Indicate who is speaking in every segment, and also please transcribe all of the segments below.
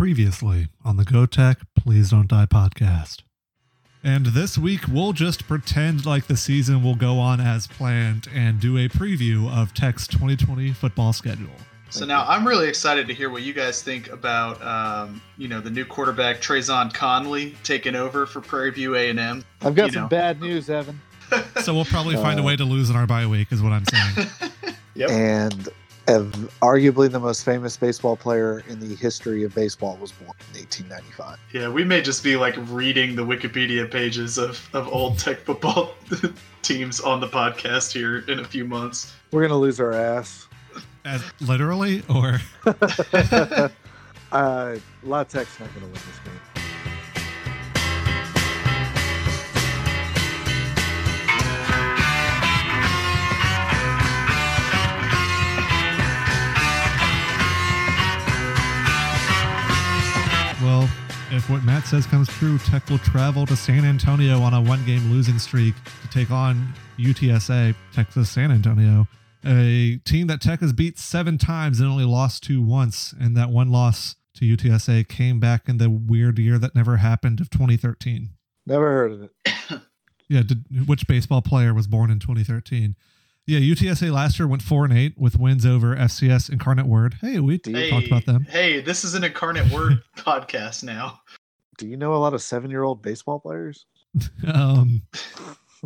Speaker 1: previously on the GoTech Please Don't Die podcast. And this week, we'll just pretend like the season will go on as planned and do a preview of Tech's 2020 football schedule.
Speaker 2: So now I'm really excited to hear what you guys think about, um, you know, the new quarterback Trayvon Conley taking over for Prairie View A&M.
Speaker 3: I've got
Speaker 2: you
Speaker 3: some
Speaker 2: know.
Speaker 3: bad news, Evan.
Speaker 1: So we'll probably find a way to lose in our bye week, is what I'm saying.
Speaker 2: Yep.
Speaker 4: and ev- arguably the most famous baseball player in the history of baseball was born in 1895.
Speaker 2: Yeah, we may just be like reading the Wikipedia pages of, of old tech football teams on the podcast here in a few months.
Speaker 4: We're gonna lose our ass.
Speaker 1: As literally, or
Speaker 4: Uh, La Tech's not gonna win this game.
Speaker 1: Well, if what Matt says comes true, Tech will travel to San Antonio on a one game losing streak to take on UTSA, Texas San Antonio, a team that Tech has beat seven times and only lost to once. And that one loss to UTSA came back in the weird year that never happened of 2013.
Speaker 4: Never heard of it.
Speaker 1: Yeah, did, which baseball player was born in 2013? Yeah, UTSA last year went 4 and 8 with wins over FCS Incarnate Word. Hey, we
Speaker 4: Do you,
Speaker 2: Hey,
Speaker 1: talked about them.
Speaker 2: hey, this is an incarnate word podcast now.
Speaker 4: do you know a lot of seven-year-old baseball players?
Speaker 1: um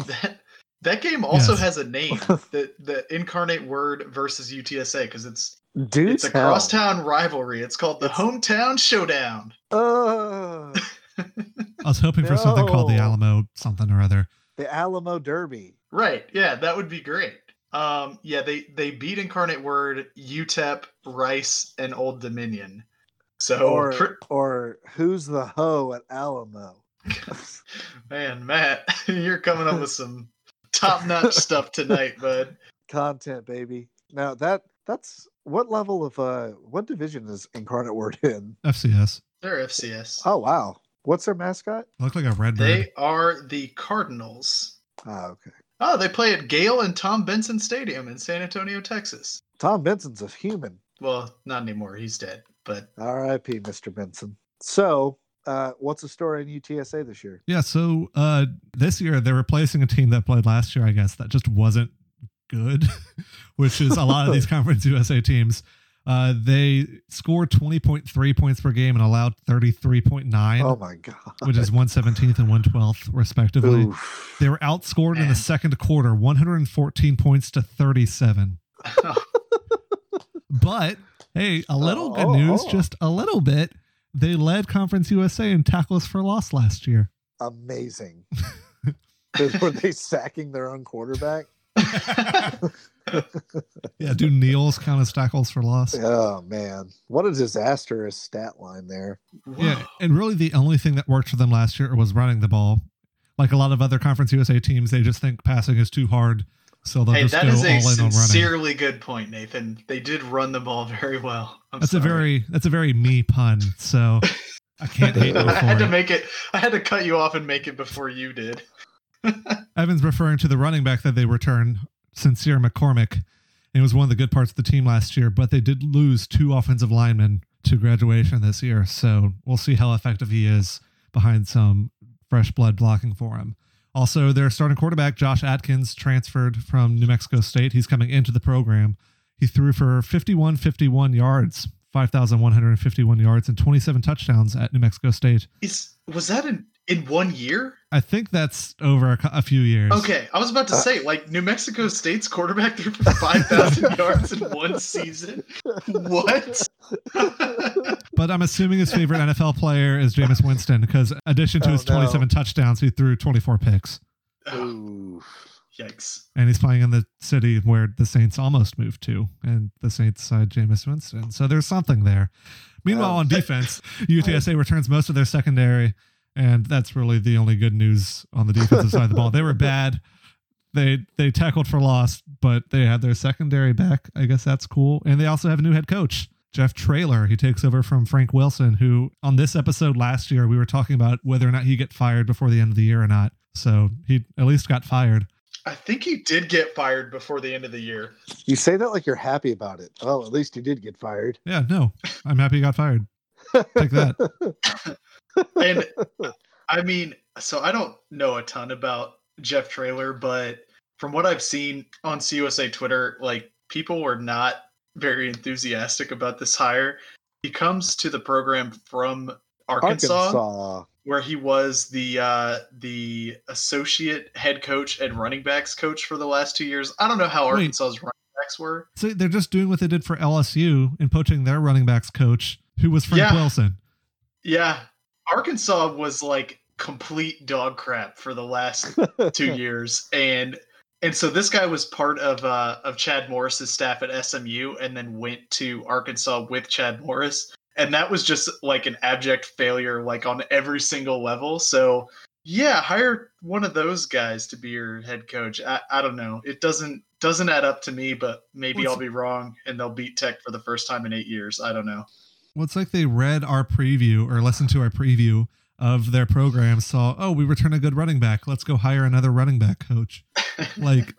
Speaker 2: That that game also
Speaker 1: Yes.
Speaker 2: has a name, the the incarnate word versus UTSA because it's
Speaker 4: Dude,
Speaker 2: it's a crosstown rivalry. It's called the hometown showdown.
Speaker 4: Uh,
Speaker 1: I was hoping for something called the
Speaker 4: No.
Speaker 1: Alamo something or other.
Speaker 4: the Alamo Derby.
Speaker 2: Right. Yeah, that would be great. Um, yeah, they they beat Incarnate Word, UTEP, Rice, and Old Dominion. So
Speaker 4: or
Speaker 2: pr-
Speaker 4: or who's the hoe at Alamo?
Speaker 2: man, Matt, you're coming up with some top notch stuff tonight, bud.
Speaker 4: Content, baby. Now that that's what level of uh what division is Incarnate Word in?
Speaker 1: FCS.
Speaker 2: They're FCS.
Speaker 4: Oh wow. What's their mascot?
Speaker 1: Look like a red bird.
Speaker 2: They are the Cardinals.
Speaker 4: Oh, okay.
Speaker 2: Oh, they play at Gale and Tom Benson Stadium in San Antonio, Texas.
Speaker 4: Tom Benson's a human.
Speaker 2: Well, not anymore. He's dead. But
Speaker 4: R.I.P. Mr. Benson. So, uh, what's the story in UTSA this year?
Speaker 1: Yeah, so uh this year they're replacing a team that played last year, I guess, that just wasn't good, which is a lot of these conference USA teams. Uh they scored 20.3 points per game and allowed 33.9,
Speaker 4: Oh my god!
Speaker 1: which is 117th and 112th respectively.
Speaker 4: Oof.
Speaker 1: They were outscored in
Speaker 2: Man.
Speaker 1: the second quarter, 114 points to 37.
Speaker 2: oh.
Speaker 1: But hey, a little good
Speaker 4: Oh,
Speaker 1: news,
Speaker 4: oh.
Speaker 1: just a little bit. They led Conference USA in tackles for loss last year.
Speaker 4: amazing. Were they sacking their own quarterback?
Speaker 1: Yeah, do Neal's count as tackles for loss?
Speaker 4: Oh man, what a disastrous stat line there.
Speaker 1: Yeah, and really the only thing that worked for them last year was running the ball. Like a lot of other Conference USA teams, they just think passing is too hard, so they'll
Speaker 2: hey,
Speaker 1: just
Speaker 2: that
Speaker 1: go all
Speaker 2: is a
Speaker 1: in on running.
Speaker 2: sincerely good point, Nathan. They did run the ball very well. I'm
Speaker 1: That's a
Speaker 2: sorry.
Speaker 1: very that's a very me pun. So I can't hate them
Speaker 2: I had
Speaker 1: for
Speaker 2: to
Speaker 1: it.
Speaker 2: make it. I had to cut you off and make it before you did.
Speaker 1: Evan's referring to the running back that they return, Sincere McCormick. It was one of the good parts of the team last year, but they did lose two offensive linemen to graduation this year. So we'll see how effective he is behind some fresh blood blocking for him. Also, their starting quarterback, Josh Atkins, transferred from New Mexico State. He's coming into the program. He threw for 51 51 yards, 5,151 yards, and 27 touchdowns at New Mexico State.
Speaker 2: Is was that in in one year?
Speaker 1: I think that's over a, cou- a few years.
Speaker 2: Okay, I was about to say like New Mexico State's quarterback threw for five thousand yards in one season. What?
Speaker 1: But I'm assuming his favorite NFL player is Jameis Winston because, in addition to
Speaker 4: Oh,
Speaker 1: his 27
Speaker 4: no.
Speaker 1: touchdowns, he threw 24 picks,
Speaker 2: Oh,
Speaker 4: Oof.
Speaker 2: yikes!
Speaker 1: and he's playing in the city where the Saints almost moved to, and the Saints signed Jameis Winston. So there's something there. Meanwhile,
Speaker 4: Oh.
Speaker 1: on defense, UTSA returns most of their secondary, and that's really the only good news on the defensive side of the ball. They were bad. They they tackled for loss, but they had their secondary back. I guess that's cool. And they also have a new head coach, Jeff Trailer. He takes over from Frank Wilson, who on this episode last year we were talking about whether or not he get fired before the end of the year or not. So he at least got fired.
Speaker 2: I think he did get fired before the end of the year.
Speaker 4: You say that like you're happy about it. Well, at least you did get fired.
Speaker 1: Yeah, no, I'm happy he got fired. Take that.
Speaker 2: and I mean, so I don't know a ton about Jeff Trailer, but from what I've seen on CUSA Twitter, like people were not very enthusiastic about this hire. He comes to the program from Arkansas,
Speaker 4: Arkansas.
Speaker 2: where he was the uh, the associate head coach and running backs coach for the last two years. I don't know how
Speaker 1: Wait.
Speaker 2: Arkansas's running backs were.
Speaker 1: So they're just doing what they did for LSU and poaching their running backs coach, who was Frank
Speaker 2: Yeah.
Speaker 1: Wilson.
Speaker 2: Yeah, Arkansas was like complete dog crap for the last two years and and so this guy was part of uh of Chad Morris's staff at SMU and then went to Arkansas with Chad Morris and that was just like an abject failure like on every single level so yeah hire one of those guys to be your head coach I, I don't know it doesn't doesn't add up to me but maybe
Speaker 1: Well,
Speaker 2: I'll be wrong and they'll beat Tech for the first time in 8 years I don't know
Speaker 1: Well, it's like they read our preview or listened to our preview of their program, saw, oh, we return a good running back. Let's go hire another running back coach. Like,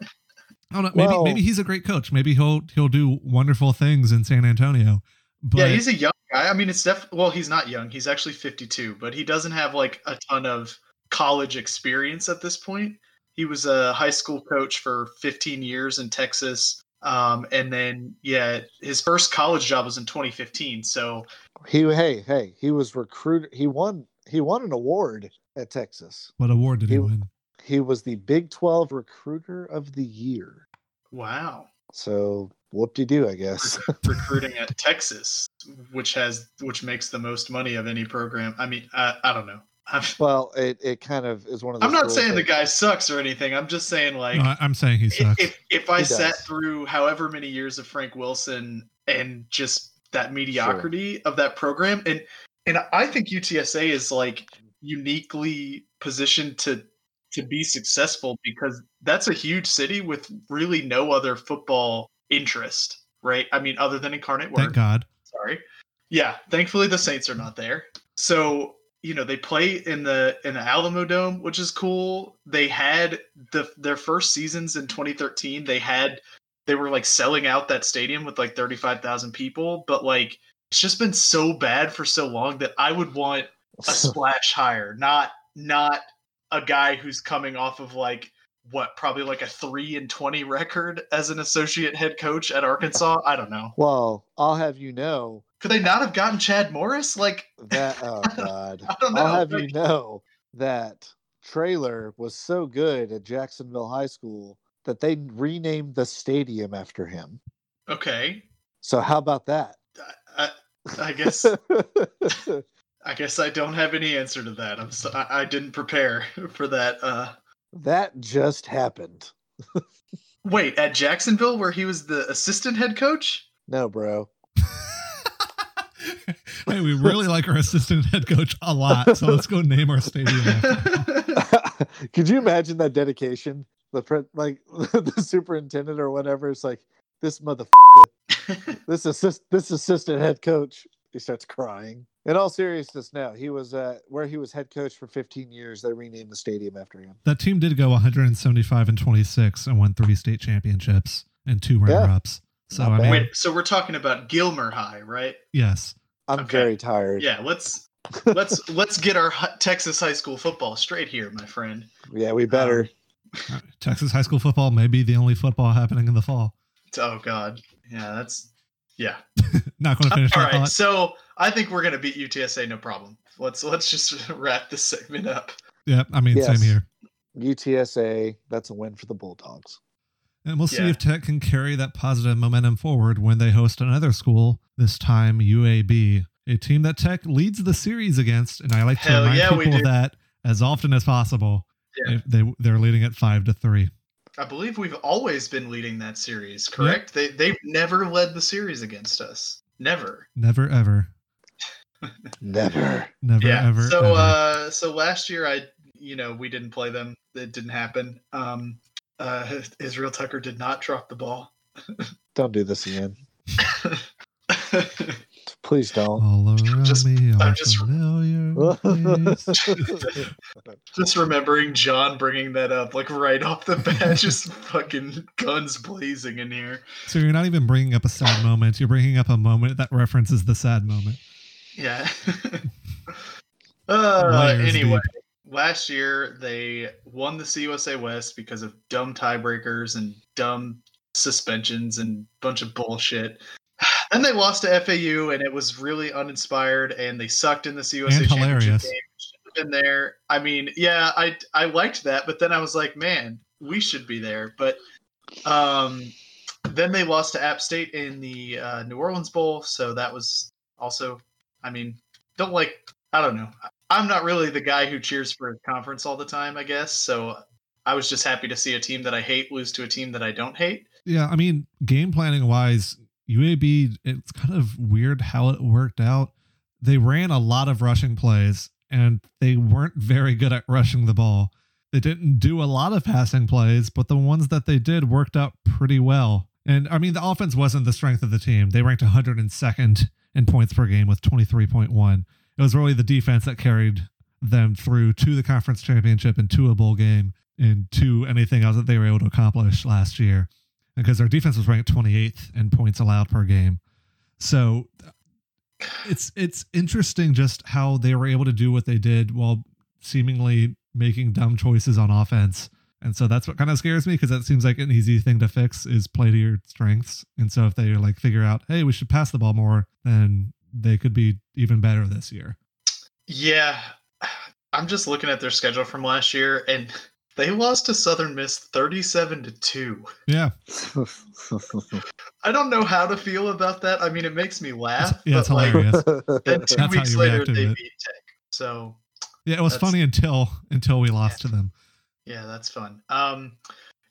Speaker 1: I don't know. Maybe
Speaker 4: Well-
Speaker 1: maybe he's a great coach. Maybe he'll he'll do wonderful things in San Antonio. But
Speaker 2: yeah, he's a young guy. I mean, it's def. Well, he's not young. He's actually 52, but he doesn't have like a ton of college experience at this point. He was a high school coach for 15 years in Texas, um, and then yeah, his first college job was in 2015. So
Speaker 4: he hey hey he was recruited. He won he won an award at Texas.
Speaker 1: what award did he,
Speaker 4: He-
Speaker 1: win?
Speaker 4: He was the Big Twelve Recruiter of the Year.
Speaker 2: wow,
Speaker 4: So whoop de doo, I guess.
Speaker 2: recruiting at Texas, which has which makes the most money of any program. I mean, I, I don't know. I'm,
Speaker 4: well, it, it kind of is one of. Those
Speaker 2: I'm not
Speaker 4: rules
Speaker 2: saying the
Speaker 4: that-
Speaker 2: guy sucks or anything. I'm just saying like
Speaker 1: No, I, am saying he
Speaker 2: if,
Speaker 1: sucks.
Speaker 2: if, if I
Speaker 4: He does.
Speaker 2: sat through however many years of Frank Wilson and just that mediocrity of that program, and and I think UTSA is like uniquely positioned to to be successful because that's a huge city with really no other football interest, right? I mean, other than Incarnate Word.
Speaker 1: Thank God.
Speaker 2: Sorry. Yeah, thankfully the Saints are not there. So, you know, they play in the in the Alamo Dome, which is cool. They had the their first seasons in 2013, they had they were like selling out that stadium with like 35,000 people, but like it's just been so bad for so long that I would want a splash hire, not not a guy who's coming off of like what probably like a 3 and 20 record as an associate head coach at Arkansas. I don't know.
Speaker 4: well, I'll have you know
Speaker 2: Could they not have gotten Chad Morris? Like,
Speaker 4: that. Oh God.
Speaker 2: I don't know.
Speaker 4: I'll have you
Speaker 2: like,
Speaker 4: know that trailer was so good at Jacksonville High School that they renamed the stadium after him.
Speaker 2: okay.
Speaker 4: So how about that?
Speaker 2: I, I guess I guess I don't have any answer to that. I'm so, I, I didn't prepare for that. Uh,
Speaker 4: that just happened.
Speaker 2: wait, at Jacksonville where he was the assistant head coach?
Speaker 4: No, bro.
Speaker 1: hey, we really like our assistant head coach a lot. So let's go name our stadium. after him.
Speaker 4: Could you imagine that dedication? The pre- like the superintendent or whatever is like this mother this assist this assistant head coach he starts crying. In all seriousness, now he was uh, where he was head coach for 15 years. They renamed the stadium after him.
Speaker 1: That team did go 175 and 26 and won three state championships and two runner ups. So
Speaker 4: Not
Speaker 1: I mean,
Speaker 4: bad.
Speaker 2: wait, so we're talking about Gilmer High, right?
Speaker 1: yes,
Speaker 4: I'm
Speaker 2: Okay.
Speaker 4: very tired.
Speaker 2: Yeah, let's let's let's get our hi- Texas high school football straight here, my friend.
Speaker 4: Yeah, we better.
Speaker 1: Uh, Texas high school football may be the only football happening in the fall.
Speaker 2: Oh God, yeah, that's yeah.
Speaker 1: Not going to finish
Speaker 2: All
Speaker 1: that
Speaker 2: right,
Speaker 1: thought.
Speaker 2: so I think we're gonna beat UTSA, no problem. Let's let's just wrap this segment up.
Speaker 1: Yep, I mean,
Speaker 4: Yes.
Speaker 1: same here.
Speaker 2: Um,
Speaker 4: UTSA, that's a win for the Bulldogs.
Speaker 1: And we'll see
Speaker 2: Yeah.
Speaker 1: if Tech can carry that positive momentum forward when they host another school, this time UAB, a team that Tech leads the series against. And I like to
Speaker 2: Hell
Speaker 1: remind
Speaker 2: yeah, we
Speaker 1: people of
Speaker 2: do.
Speaker 1: that as often as possible.
Speaker 2: Yeah.
Speaker 1: If They, they're leading at five to three.
Speaker 2: I believe we've always been leading that series, correct? They they've never led the series against us. Never.
Speaker 1: Never, ever,
Speaker 4: Never.
Speaker 1: never, ever.
Speaker 2: so
Speaker 1: ever.
Speaker 2: uh so last year I you know, we didn't play them. It didn't happen. Um uh Israel Tucker did not drop the ball.
Speaker 4: Don't do this again. Please don't.
Speaker 1: All around
Speaker 2: just-
Speaker 1: me are
Speaker 2: I'm just-
Speaker 1: familiar ways.
Speaker 2: Just remembering John bringing that up like right off the bat just fucking guns blazing in here.
Speaker 1: So you're not even bringing up a sad moment. You're bringing up a moment that references the sad moment.
Speaker 2: Yeah. uh,
Speaker 1: Layers
Speaker 2: anyway, last year they won the CUSA West because of dumb tiebreakers and dumb suspensions and bunch of bullshit. And they lost to FAU, and it was really uninspired, and they sucked in the CUSA
Speaker 1: And
Speaker 2: championship
Speaker 1: hilarious.
Speaker 2: game. Should have been there. I mean, yeah, I I liked that, but then I was like, man, we should be there. But um, then they lost to App State in the uh, New Orleans Bowl, so that was also, I mean, don't like, I don't know. I'm not really the guy who cheers for a conference all the time, I guess. So I was just happy to see a team that I hate lose to a team that I don't hate.
Speaker 1: Yeah, I mean, game planning wise, UAB, it's kind of weird how it worked out. They ran a lot of rushing plays and they weren't very good at rushing the ball. They didn't do a lot of passing plays, but the ones that they did worked out pretty well. And I mean, the offense wasn't the strength of the team. They ranked 102nd in points per game with 23.1. It was really the defense that carried them through to the conference championship and to a bowl game and to anything else that they were able to accomplish last year because their defense was ranked 28th in points allowed per game. So it's it's interesting just how they were able to do what they did while seemingly making dumb choices on offense. And so that's what kind of scares me because that seems like an easy thing to fix is play to your strengths. And so if they like figure out, hey, we should pass the ball more, then they could be even better this year.
Speaker 2: Yeah. I'm just looking at their schedule from last year, and they lost to Southern Miss 37 to 2.
Speaker 1: Yeah,
Speaker 2: I don't know how to feel about that. I mean, it makes me
Speaker 1: it's,
Speaker 2: laugh.
Speaker 1: yeah, it's
Speaker 2: but, like,
Speaker 1: hilarious.
Speaker 2: then two
Speaker 1: That's how
Speaker 2: weeks
Speaker 1: you
Speaker 2: later,
Speaker 1: react to
Speaker 2: they
Speaker 1: it.
Speaker 2: beat Tech. So
Speaker 1: Yeah, it was
Speaker 2: That's-
Speaker 1: funny until until we lost to them.
Speaker 2: Yeah, that's fun. Um,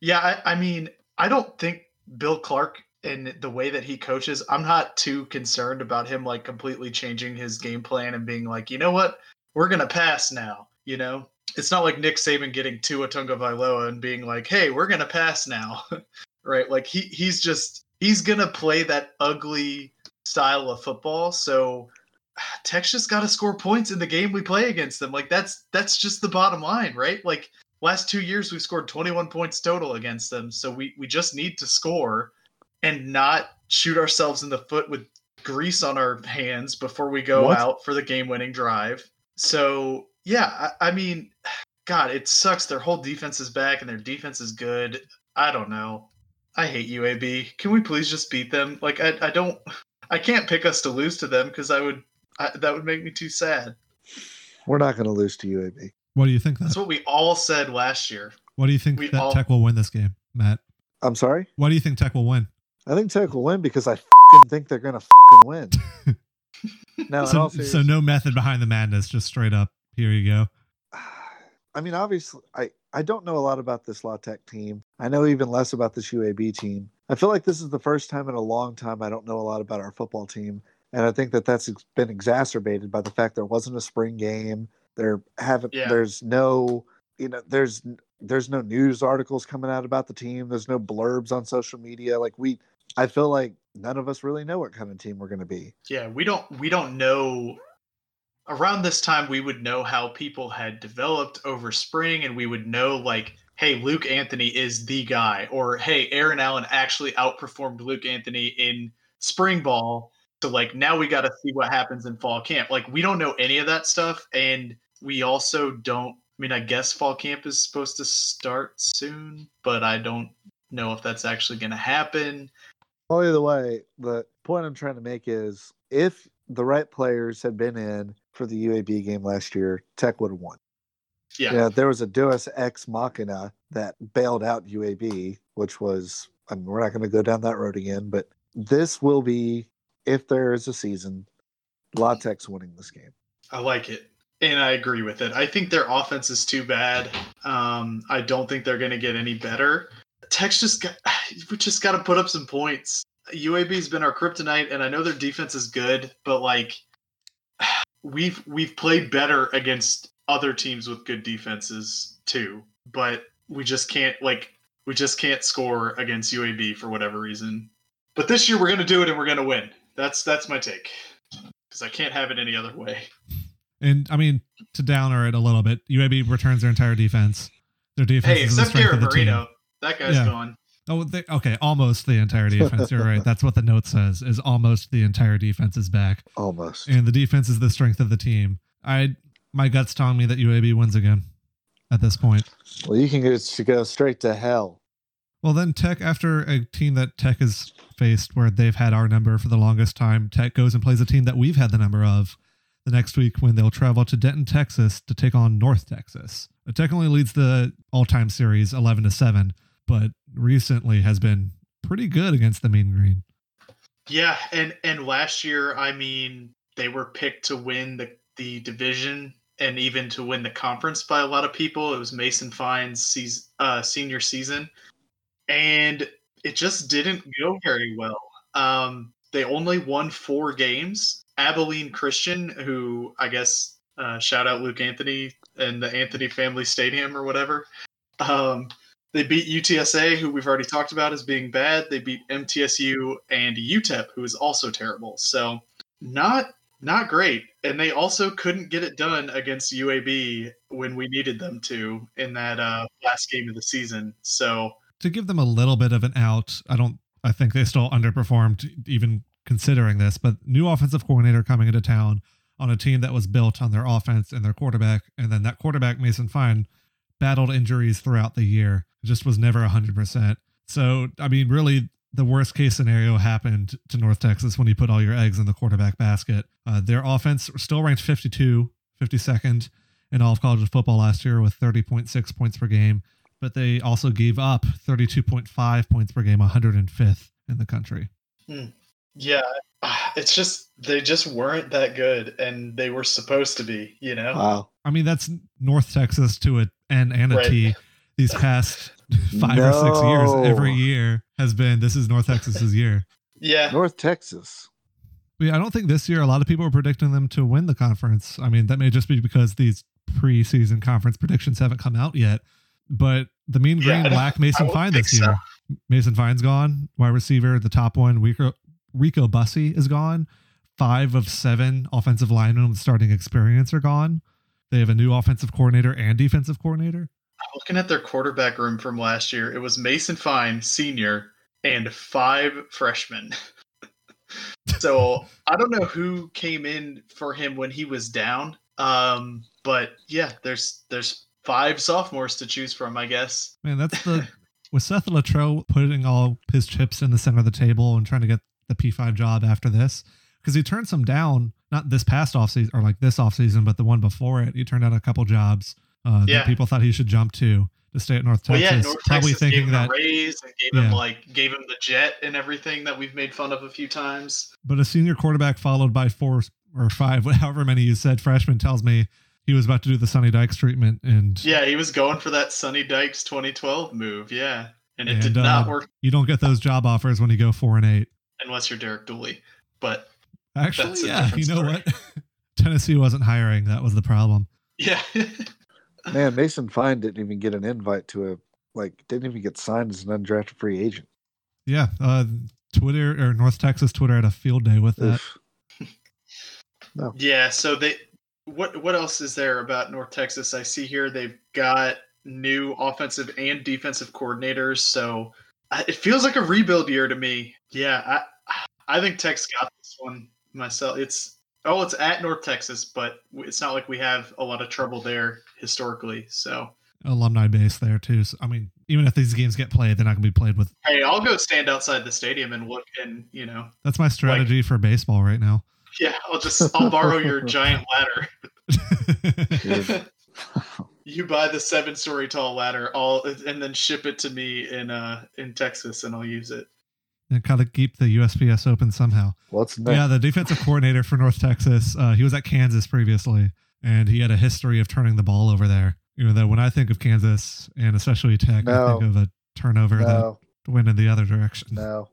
Speaker 2: yeah, I, I mean, I don't think Bill Clark and the way that he coaches, I'm not too concerned about him like completely changing his game plan and being like, you know what, we're gonna pass now. You know, it's not like Nick Saban getting to Atunga Vailoa and being like, hey, we're gonna pass now, right? Like he he's just he's gonna play that ugly style of football. So Tech's just got to score points in the game we play against them. Like that's that's just the bottom line, right? Like last two years we've scored 21 points total against them so we, we just need to score and not shoot ourselves in the foot with grease on our hands before we go
Speaker 4: What?
Speaker 2: out for the game-winning drive so yeah I, I mean god it sucks their whole defense is back and their defense is good i don't know i hate uab can we please just beat them like i, I don't i can't pick us to lose to them because i would I, that would make me too sad
Speaker 4: We're not going to lose to UAB.
Speaker 1: What do you think?
Speaker 2: that's
Speaker 1: That,
Speaker 2: what we all said last year
Speaker 1: what do you think
Speaker 2: we
Speaker 1: that
Speaker 2: all-
Speaker 1: Tech will win this game, Matt?
Speaker 4: I'm sorry.
Speaker 1: Why do you think Tech will win?
Speaker 4: I think Tech will win because I fing think they're going to fing win. No, in
Speaker 1: so,
Speaker 4: all
Speaker 1: so
Speaker 4: seriousness-
Speaker 1: no method behind the madness, just straight up. Here you go.
Speaker 4: I mean, obviously, I, I don't know a lot about this La Tech team. I know even less about this UAB team. I feel like this is the first time in a long time I don't know a lot about our football team. And I think that that's ex- been exacerbated by the fact there wasn't a spring game. There haven't,
Speaker 2: Yeah.
Speaker 4: there's no, you know, there's, there's no news articles coming out about the team. There's no blurbs on social media. Like we, I feel like none of us really know what kind of team we're going to be.
Speaker 2: Yeah, we don't we don't know around this time we would know how people had developed over spring and we would know like hey Luke Anthony is the guy or hey Aaron Allen actually outperformed Luke Anthony in spring ball so like now we got to see what happens in fall camp like we don't know any of that stuff and we also don't I mean I guess fall camp is supposed to start soon but I don't know if that's actually going to happen
Speaker 4: Well, either way, the point I'm trying to make is if the right players had been in for the UAB game last year, Tech would have won.
Speaker 2: yeah,
Speaker 4: Yeah, there was a Deus Ex Machina that bailed out UAB, which was, I mean, we're not going to go down that road again, but this will be, if there is a season, LaTeX winning this game.
Speaker 2: I like it. And I agree with it. I think their offense is too bad. Um, I don't think they're going to get any better. Tech's just got, we just got to put up some points. UAB's been our kryptonite, and I know their defense is good, but like we've we've played better against other teams with good defenses too. But we just can't like we just can't score against UAB for whatever reason. But this year we're going to do it, and we're going to win. That's that's my take because I can't have it any other way.
Speaker 1: And I mean, to downer it a little bit, UAB returns their entire defense. Their defense
Speaker 2: Hey,
Speaker 1: is the
Speaker 2: except
Speaker 1: strength
Speaker 2: Garrett
Speaker 1: of the team.
Speaker 2: Marino. That guy's
Speaker 1: Yeah.
Speaker 2: gone.
Speaker 1: Oh, they, okay, almost the entire defense. You're right. That's what the note says. Is almost the entire defense is back,
Speaker 4: Almost.
Speaker 1: and the defense is the strength of the team. I my guts telling me that UAB wins again at this point.
Speaker 4: Well, you can go, should go straight to hell.
Speaker 1: Well, then Tech, after a team that Tech has faced where they've had our number for the longest time, Tech goes and plays a team that we've had the number of the next week when they'll travel to Denton, Texas to take on North Texas. Uh, Tech only leads the all time series 11 to 7, but recently has been pretty good against the Mean Green.
Speaker 2: Yeah, and and last year, I mean, they were picked to win the the division and even to win the conference by a lot of people. It was Mason Fine's season, uh, senior season, and it just didn't go very well. Um, they only won four games. Abilene Christian, who I guess uh, shout out Luke Anthony and the Anthony Family Stadium or whatever. Um, they beat UTSA, who we've already talked about as being bad. They beat MTSU and UTEP, who is also terrible. So not not great. And they also couldn't get it done against UAB when we needed them to in that uh, last game of the season. So
Speaker 1: To give them a little bit of an out, I don't I think they still underperformed even considering this, but new offensive coordinator coming into town on a team that was built on their offense and their quarterback, and then that quarterback, Mason Fine, battled injuries throughout the year, just was never 100%. So, I mean, really, the worst case scenario happened to North Texas when you put all your eggs in the quarterback basket. Uh, their offense still ranked 52, 52nd in all of college football last year with 30.6 points per game, but they also gave up 32.5 points per game, 105th in the country.
Speaker 2: yeah, it's just they just weren't that good, and they were supposed to be. You know,
Speaker 4: Wow.
Speaker 1: I mean, that's North Texas to an N and a T.
Speaker 2: Right.
Speaker 1: These past five or six
Speaker 4: No.
Speaker 1: years, every year has been this is North Texas's year.
Speaker 2: yeah,
Speaker 4: North Texas.
Speaker 1: I, mean, I don't think this year a lot of people are predicting them to win the conference. I mean, that may just be because these preseason conference predictions haven't come out yet. But the Mean
Speaker 2: Yeah, I
Speaker 1: Green
Speaker 2: don't-
Speaker 1: lack
Speaker 2: I
Speaker 1: Mason
Speaker 2: don't
Speaker 1: Fine
Speaker 2: think
Speaker 1: this year. Mason Fine's gone. Wide receiver, the top one, Rico, Rico Bussey is gone. Five of seven offensive linemen with starting experience are gone. They have a new offensive coordinator and defensive coordinator.
Speaker 2: looking at their quarterback room from last year, it was Mason Fine, senior, and five freshmen. so I don't know who came in for him when he was down. Um, but yeah, there's there's five sophomores to choose from, I guess.
Speaker 1: Man, that's the with Seth Luttrell putting all his chips in the center of the table and trying to get the P5 job after this because he turned some down not this past offseason or like this offseason, but the one before it. He turned down a couple jobs uh,
Speaker 2: Yeah.
Speaker 1: that people thought he should jump to to stay at North
Speaker 2: Well,
Speaker 1: Texas.
Speaker 2: yeah, North
Speaker 1: probably
Speaker 2: Texas gave
Speaker 1: thinking
Speaker 2: him
Speaker 1: that,
Speaker 2: a raise and gave
Speaker 1: yeah.
Speaker 2: him like gave him the jet and everything that we've made fun of a few times.
Speaker 1: but a senior quarterback followed by four or five, however many you said, freshman tells me he was about to do the Sonny Dykes treatment and
Speaker 2: Yeah, he was going for that Sonny Dykes 2012 move. Yeah, and it
Speaker 1: And,
Speaker 2: did not
Speaker 1: uh,
Speaker 2: work
Speaker 1: you don't get those job offers when you go four and eight.
Speaker 2: unless you're Derek Dooley. But
Speaker 1: Actually,
Speaker 2: That's a
Speaker 1: yeah,
Speaker 2: different
Speaker 1: you know
Speaker 2: story.
Speaker 1: what? Tennessee wasn't hiring. That was the problem.
Speaker 2: yeah.
Speaker 4: Man, Mason Fine didn't even get an invite to a like didn't even get signed as an undrafted free agent.
Speaker 1: Yeah, uh, Twitter or North Texas Twitter had a field day with that.
Speaker 4: Oof.
Speaker 2: Yeah, so they what what else is there about North Texas? I see here they've got new offensive and defensive coordinators, so I- it feels like a rebuild year to me. Yeah, I I think Tech's got this one myself. It's oh, it's at North Texas, but it's not like we have a lot of trouble there historically. So
Speaker 1: Alumni base there too. So, I mean, even if these games get played, they're not going to be played with.
Speaker 2: hey, I'll go stand outside the stadium and look, and you know,
Speaker 1: That's my strategy for baseball right now.
Speaker 2: yeah, I'll just I'll borrow your giant ladder.
Speaker 4: Dude.
Speaker 2: you buy the seven story tall ladder all and then ship it to me in uh in texas and i'll use it
Speaker 1: and gotta keep the USPS open somehow.
Speaker 4: What's next?
Speaker 1: Yeah, the defensive coordinator for North Texas. Uh, he was at Kansas previously, and he had a history of turning the ball over there. You know that when I think of Kansas and especially Tech, I
Speaker 4: No.
Speaker 1: think of a turnover
Speaker 4: no,
Speaker 1: that went in the other direction.
Speaker 4: no.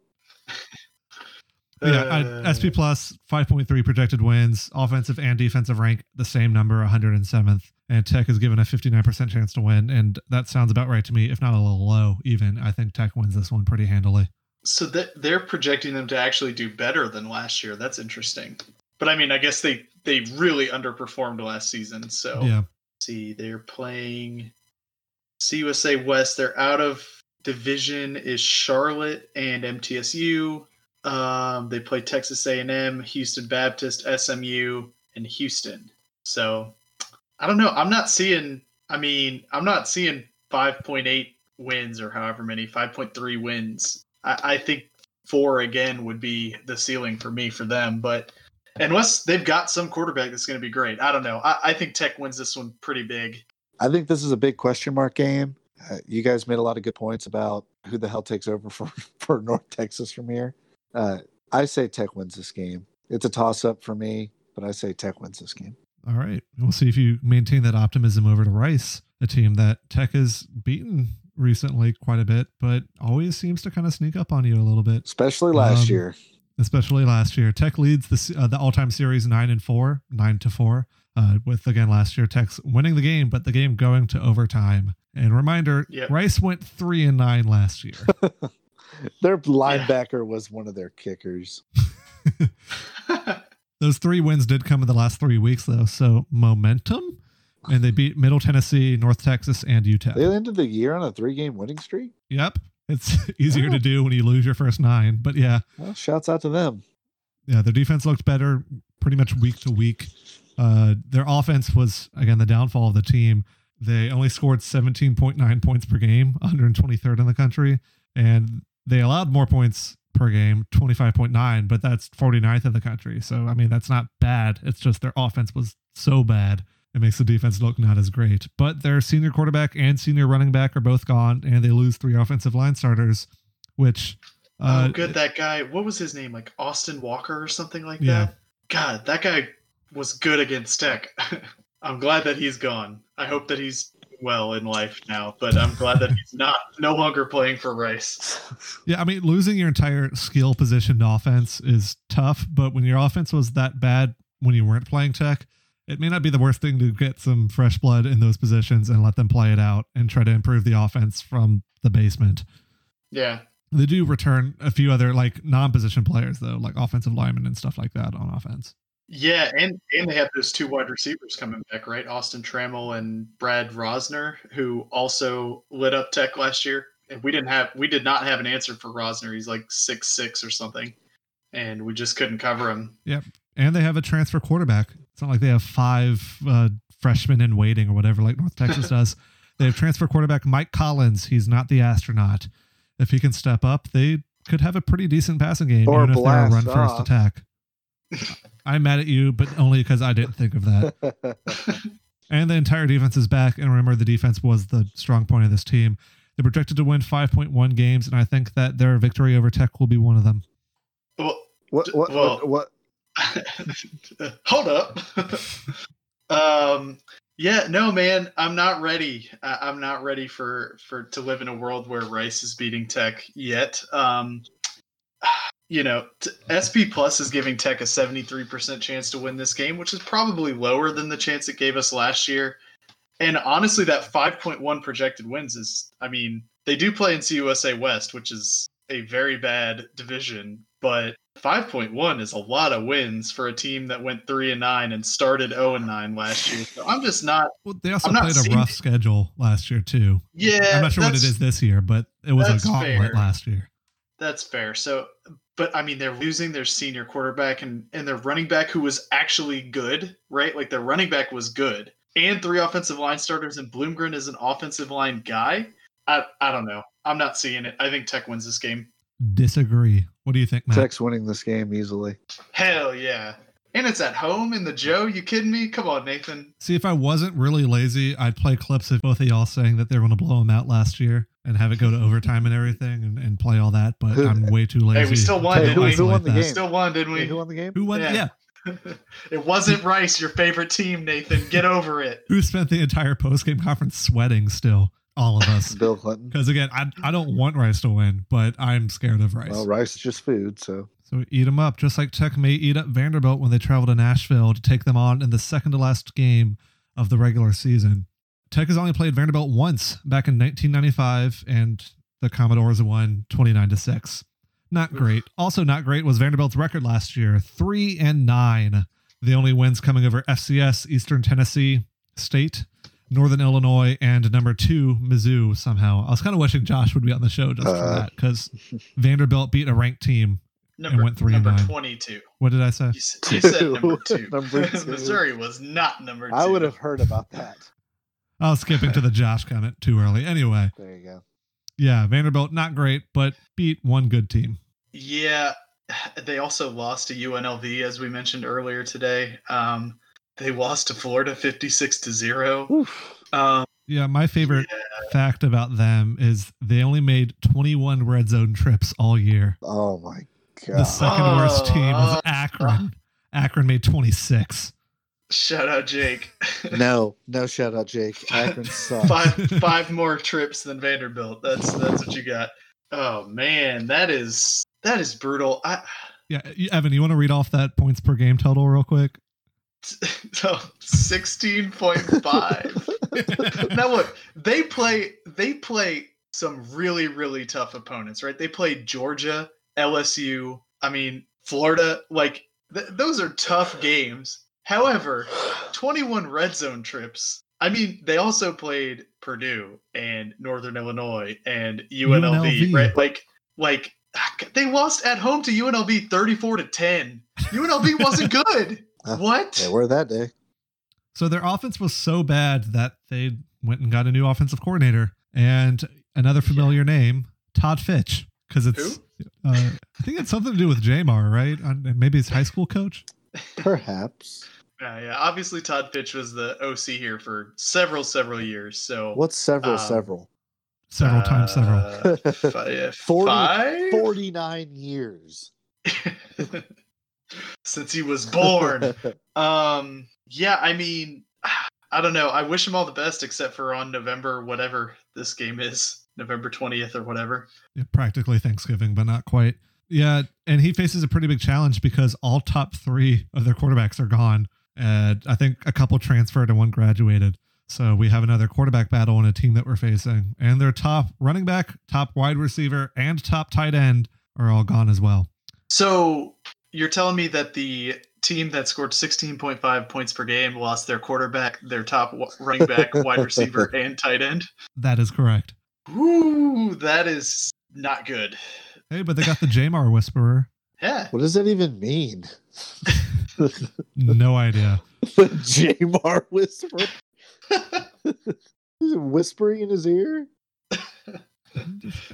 Speaker 1: Yeah,
Speaker 2: Uh,
Speaker 1: I, SP plus 5.3 projected wins, offensive and defensive rank the same number, 107th. And Tech is given a 59% chance to win. And that sounds about right to me, if not a little low, even. I think Tech wins this one pretty handily.
Speaker 2: so that they're projecting them to actually do better than last year that's interesting but i mean i guess they they really underperformed last season so
Speaker 1: Yeah.
Speaker 2: see they're playing cusa west they're out of Division is Charlotte and MTSU. Um, they play Texas A&M, Houston Baptist, SMU, and Houston. So I don't know. I'm not seeing. I mean, I'm not seeing 5.8 wins or however many 5.3 wins. I, I think four again would be the ceiling for me for them. But unless they've got some quarterback that's going to be great, I don't know. I, I think Tech wins this one pretty big.
Speaker 4: I think this is a big question mark game. Uh, you guys made a lot of good points about who the hell takes over for, for North Texas from here. Uh, I say Tech wins this game. It's a toss up for me, but I say Tech wins this game.
Speaker 1: All right. We'll see if you maintain that optimism over to Rice, a team that Tech has beaten recently quite a bit, but always seems to kind of sneak up on you a little bit,
Speaker 4: especially last
Speaker 1: Um,
Speaker 4: year.
Speaker 1: especially last year. Tech leads the se- uh, the all time series nine and four, nine to four. Uh, with again last year Tech's winning the game, but the game going to overtime. And reminder,
Speaker 2: Yep.
Speaker 1: Rice went three and nine last year.
Speaker 4: Their linebacker was one of their kickers.
Speaker 2: Oh,
Speaker 1: Those three wins did come in the last three weeks though, so momentum. And they beat Middle Tennessee, North Texas, and UTEP.
Speaker 4: They ended the year on a three game winning streak.
Speaker 1: Yep. It's easier to do when you lose your first nine. But yeah,
Speaker 4: Well, shouts out to them.
Speaker 1: yeah, their defense looked better pretty much week to week. Uh, their offense was, again, the downfall of the team. They only scored 17.9 points per game, 123rd in the country. And they allowed more points per game, 25.9, but that's 49th in the country. So, I mean, that's not bad. It's just their offense was so bad. It makes the defense look not as great. But their senior quarterback and senior running back are both gone, and they lose three offensive line starters, which. Uh,
Speaker 2: oh, good. That guy. What was his name? Like Austin Walker or something like
Speaker 1: Yeah.
Speaker 2: that. God, that guy was good against Tech. I'm glad that he's gone. I hope that he's well in life now, but I'm glad that he's not no longer playing for Rice.
Speaker 1: Yeah, I mean, losing your entire skill position to offense is tough, but when your offense was that bad when you weren't playing tech, it may not be the worst thing to get some fresh blood in those positions and let them play it out and try to improve the offense from the basement.
Speaker 2: Yeah.
Speaker 1: They do return a few other like non-position players though, like offensive linemen and stuff like that on offense.
Speaker 2: Yeah, and and they have those two wide receivers coming back, right? Austin Trammell and Brad Rosner, who also lit up Tech last year. And we didn't have we did not have an answer for Rosner. He's like six six or something, and we just couldn't cover him.
Speaker 1: And they have a transfer quarterback. It's not like they have five uh, freshmen in waiting or whatever, like North Texas does. They have transfer quarterback Mike Collins. He's not the astronaut. If he can step up, they could have a pretty decent passing game,
Speaker 4: Or
Speaker 1: even if they're a
Speaker 4: blast
Speaker 1: run first
Speaker 4: off.
Speaker 1: attack. I'm mad at you, but only because I didn't think of that. And the entire defense is back. And remember, the defense was the strong point of this team. They're projected to win 5.1 games, and I think that their victory over Tech will be one of them.
Speaker 2: Well,
Speaker 4: What? What?
Speaker 2: Well-
Speaker 4: What? what
Speaker 2: hold up. um, yeah, no, man, I'm not ready. I, I'm not ready for for to live in a world where Rice is beating Tech yet. Um, you know, t- SP Plus is giving Tech a 73% chance to win this game, which is probably lower than the chance it gave us last year. And honestly, that 5.1 projected wins is, I mean, they do play in CUSA West, which is a very bad division, but 5.1 is a lot of wins for a team that went 3 and 9 and started 0 and 9 last year. So I'm just not,
Speaker 1: Well, they also
Speaker 2: I'm not
Speaker 1: played
Speaker 2: seeing
Speaker 1: a rough schedule last year, too.
Speaker 2: yeah.
Speaker 1: I'm not sure what it
Speaker 2: that's-
Speaker 1: is this year, but it was a
Speaker 2: that's
Speaker 1: gauntlet
Speaker 2: fair.
Speaker 1: last year.
Speaker 2: That's fair. So, but I mean, they're losing their senior quarterback and and their running back, who was actually good, right? Like their running back was good, and three offensive line starters, and Bloomgren is an offensive line guy. I I don't know. I'm not seeing it. I think Tech wins this game.
Speaker 1: Disagree. What do you think, Matt?
Speaker 4: Tech's winning this game easily.
Speaker 2: Hell yeah! And it's at home in the Joe. You kidding me? Come on, Nathan.
Speaker 1: See, if I wasn't really lazy, I'd play clips of both of y'all saying that they were going to blow them out last year and have it go to overtime and everything and, and play all that. But
Speaker 4: Who-
Speaker 1: I'm way too lazy.
Speaker 2: still won,
Speaker 1: to
Speaker 2: didn't we?
Speaker 1: isolate
Speaker 4: Who won the
Speaker 1: that.
Speaker 4: game?
Speaker 2: Still won, didn't we?
Speaker 4: Who won the game?
Speaker 1: Who won?
Speaker 2: Yeah.
Speaker 1: Yeah.
Speaker 2: it wasn't Rice, your favorite team, Nathan. Get over it.
Speaker 1: Who spent the entire postgame conference sweating still? All of us.
Speaker 4: Bill Clinton.
Speaker 1: Because again, I, I don't want Rice to win, but I'm scared of Rice.
Speaker 4: Well, rice is just food, so
Speaker 1: So eat them up, just like Tech may eat up Vanderbilt when they travel to Nashville to take them on in the second to last game of the regular season. Tech has only played Vanderbilt once back in 1995, and the Commodores won 29 to six. Not great. Also, not great was Vanderbilt's record last year, three and nine. The only wins coming over FCS, Eastern Tennessee State, Northern Illinois and number two Mizzou somehow. I was kind of wishing Josh would be on the show just for
Speaker 4: Uh.
Speaker 1: that because Vanderbilt beat a ranked team.
Speaker 2: Number,
Speaker 1: went three and
Speaker 2: number
Speaker 1: nine.
Speaker 2: 22.
Speaker 1: What did I say?
Speaker 2: You, s- you said
Speaker 4: Two.
Speaker 2: number two.
Speaker 4: Number two.
Speaker 2: Missouri was not number two.
Speaker 4: I would have heard about that.
Speaker 1: I was Oh, skipping to the Josh comment too early. Anyway,
Speaker 4: There you go.
Speaker 1: yeah, Vanderbilt not great, but beat one good team.
Speaker 2: Yeah, they also lost to UNLV as we mentioned earlier today. Um, they lost to Florida 56 to zero.
Speaker 4: Oof.
Speaker 2: Um,
Speaker 1: Yeah, my favorite fact about them is they only made 21 red zone trips all year.
Speaker 4: Oh my
Speaker 1: The
Speaker 4: god.
Speaker 1: second worst team was
Speaker 2: Oh.
Speaker 1: Akron. Akron made 26.
Speaker 2: shout out Jake.
Speaker 4: no, no shout out, Jake. Akron sucks.
Speaker 2: five five more trips than Vanderbilt. That's that's what you got. Oh man, that is that is brutal. I
Speaker 1: Yeah, you- Evan, you want to read off that points per game total real quick?
Speaker 2: so 16.5. now look, they play they play some really really tough opponents, right? They play Georgia, LSU. I mean Florida. Like th- those are tough games. However, 21 red zone trips. I mean, they also played Purdue and Northern Illinois and UNLV,
Speaker 1: UNLV.
Speaker 2: right? Like, like they lost at home to UNLV 34 to 10. UNLV wasn't good.
Speaker 4: Uh,
Speaker 2: what?
Speaker 4: They were that day.
Speaker 1: So their offense was so bad that they went and got a new offensive coordinator and another familiar name, Todd Fitch, because it's uh, I think it's something to do with Jamar, right? And maybe his high school coach.
Speaker 4: Perhaps.
Speaker 2: Yeah, yeah. Obviously, Todd Fitch was the OC here for several, several years. So
Speaker 4: What's several
Speaker 2: Um,
Speaker 4: several?
Speaker 1: Several times, several.
Speaker 2: uh, fi- yeah,
Speaker 4: Forty-
Speaker 2: five?
Speaker 4: 49 years.
Speaker 2: since he was born. um, yeah, I mean, I don't know. I wish him all the best, except for on November whatever this game is, November twentieth or whatever.
Speaker 1: Yeah, practically Thanksgiving, but not quite. Yeah, and he faces a pretty big challenge because all top three of their quarterbacks are gone. And I think a couple transferred and one graduated. So we have another quarterback battle on a team that we're facing. And their top running back, top wide receiver, and top tight end are all gone as well.
Speaker 2: So you're telling me that the team that scored sixteen point five points per game lost their quarterback, their top wa- running back, wide receiver, and tight end.
Speaker 1: That is correct.
Speaker 2: Ooh, that is not good.
Speaker 1: Hey, but they got the Jamar Whisperer.
Speaker 2: Yeah.
Speaker 4: What does that even mean? the
Speaker 1: No idea.
Speaker 4: Jamar whisper. Is it whispering in his ear?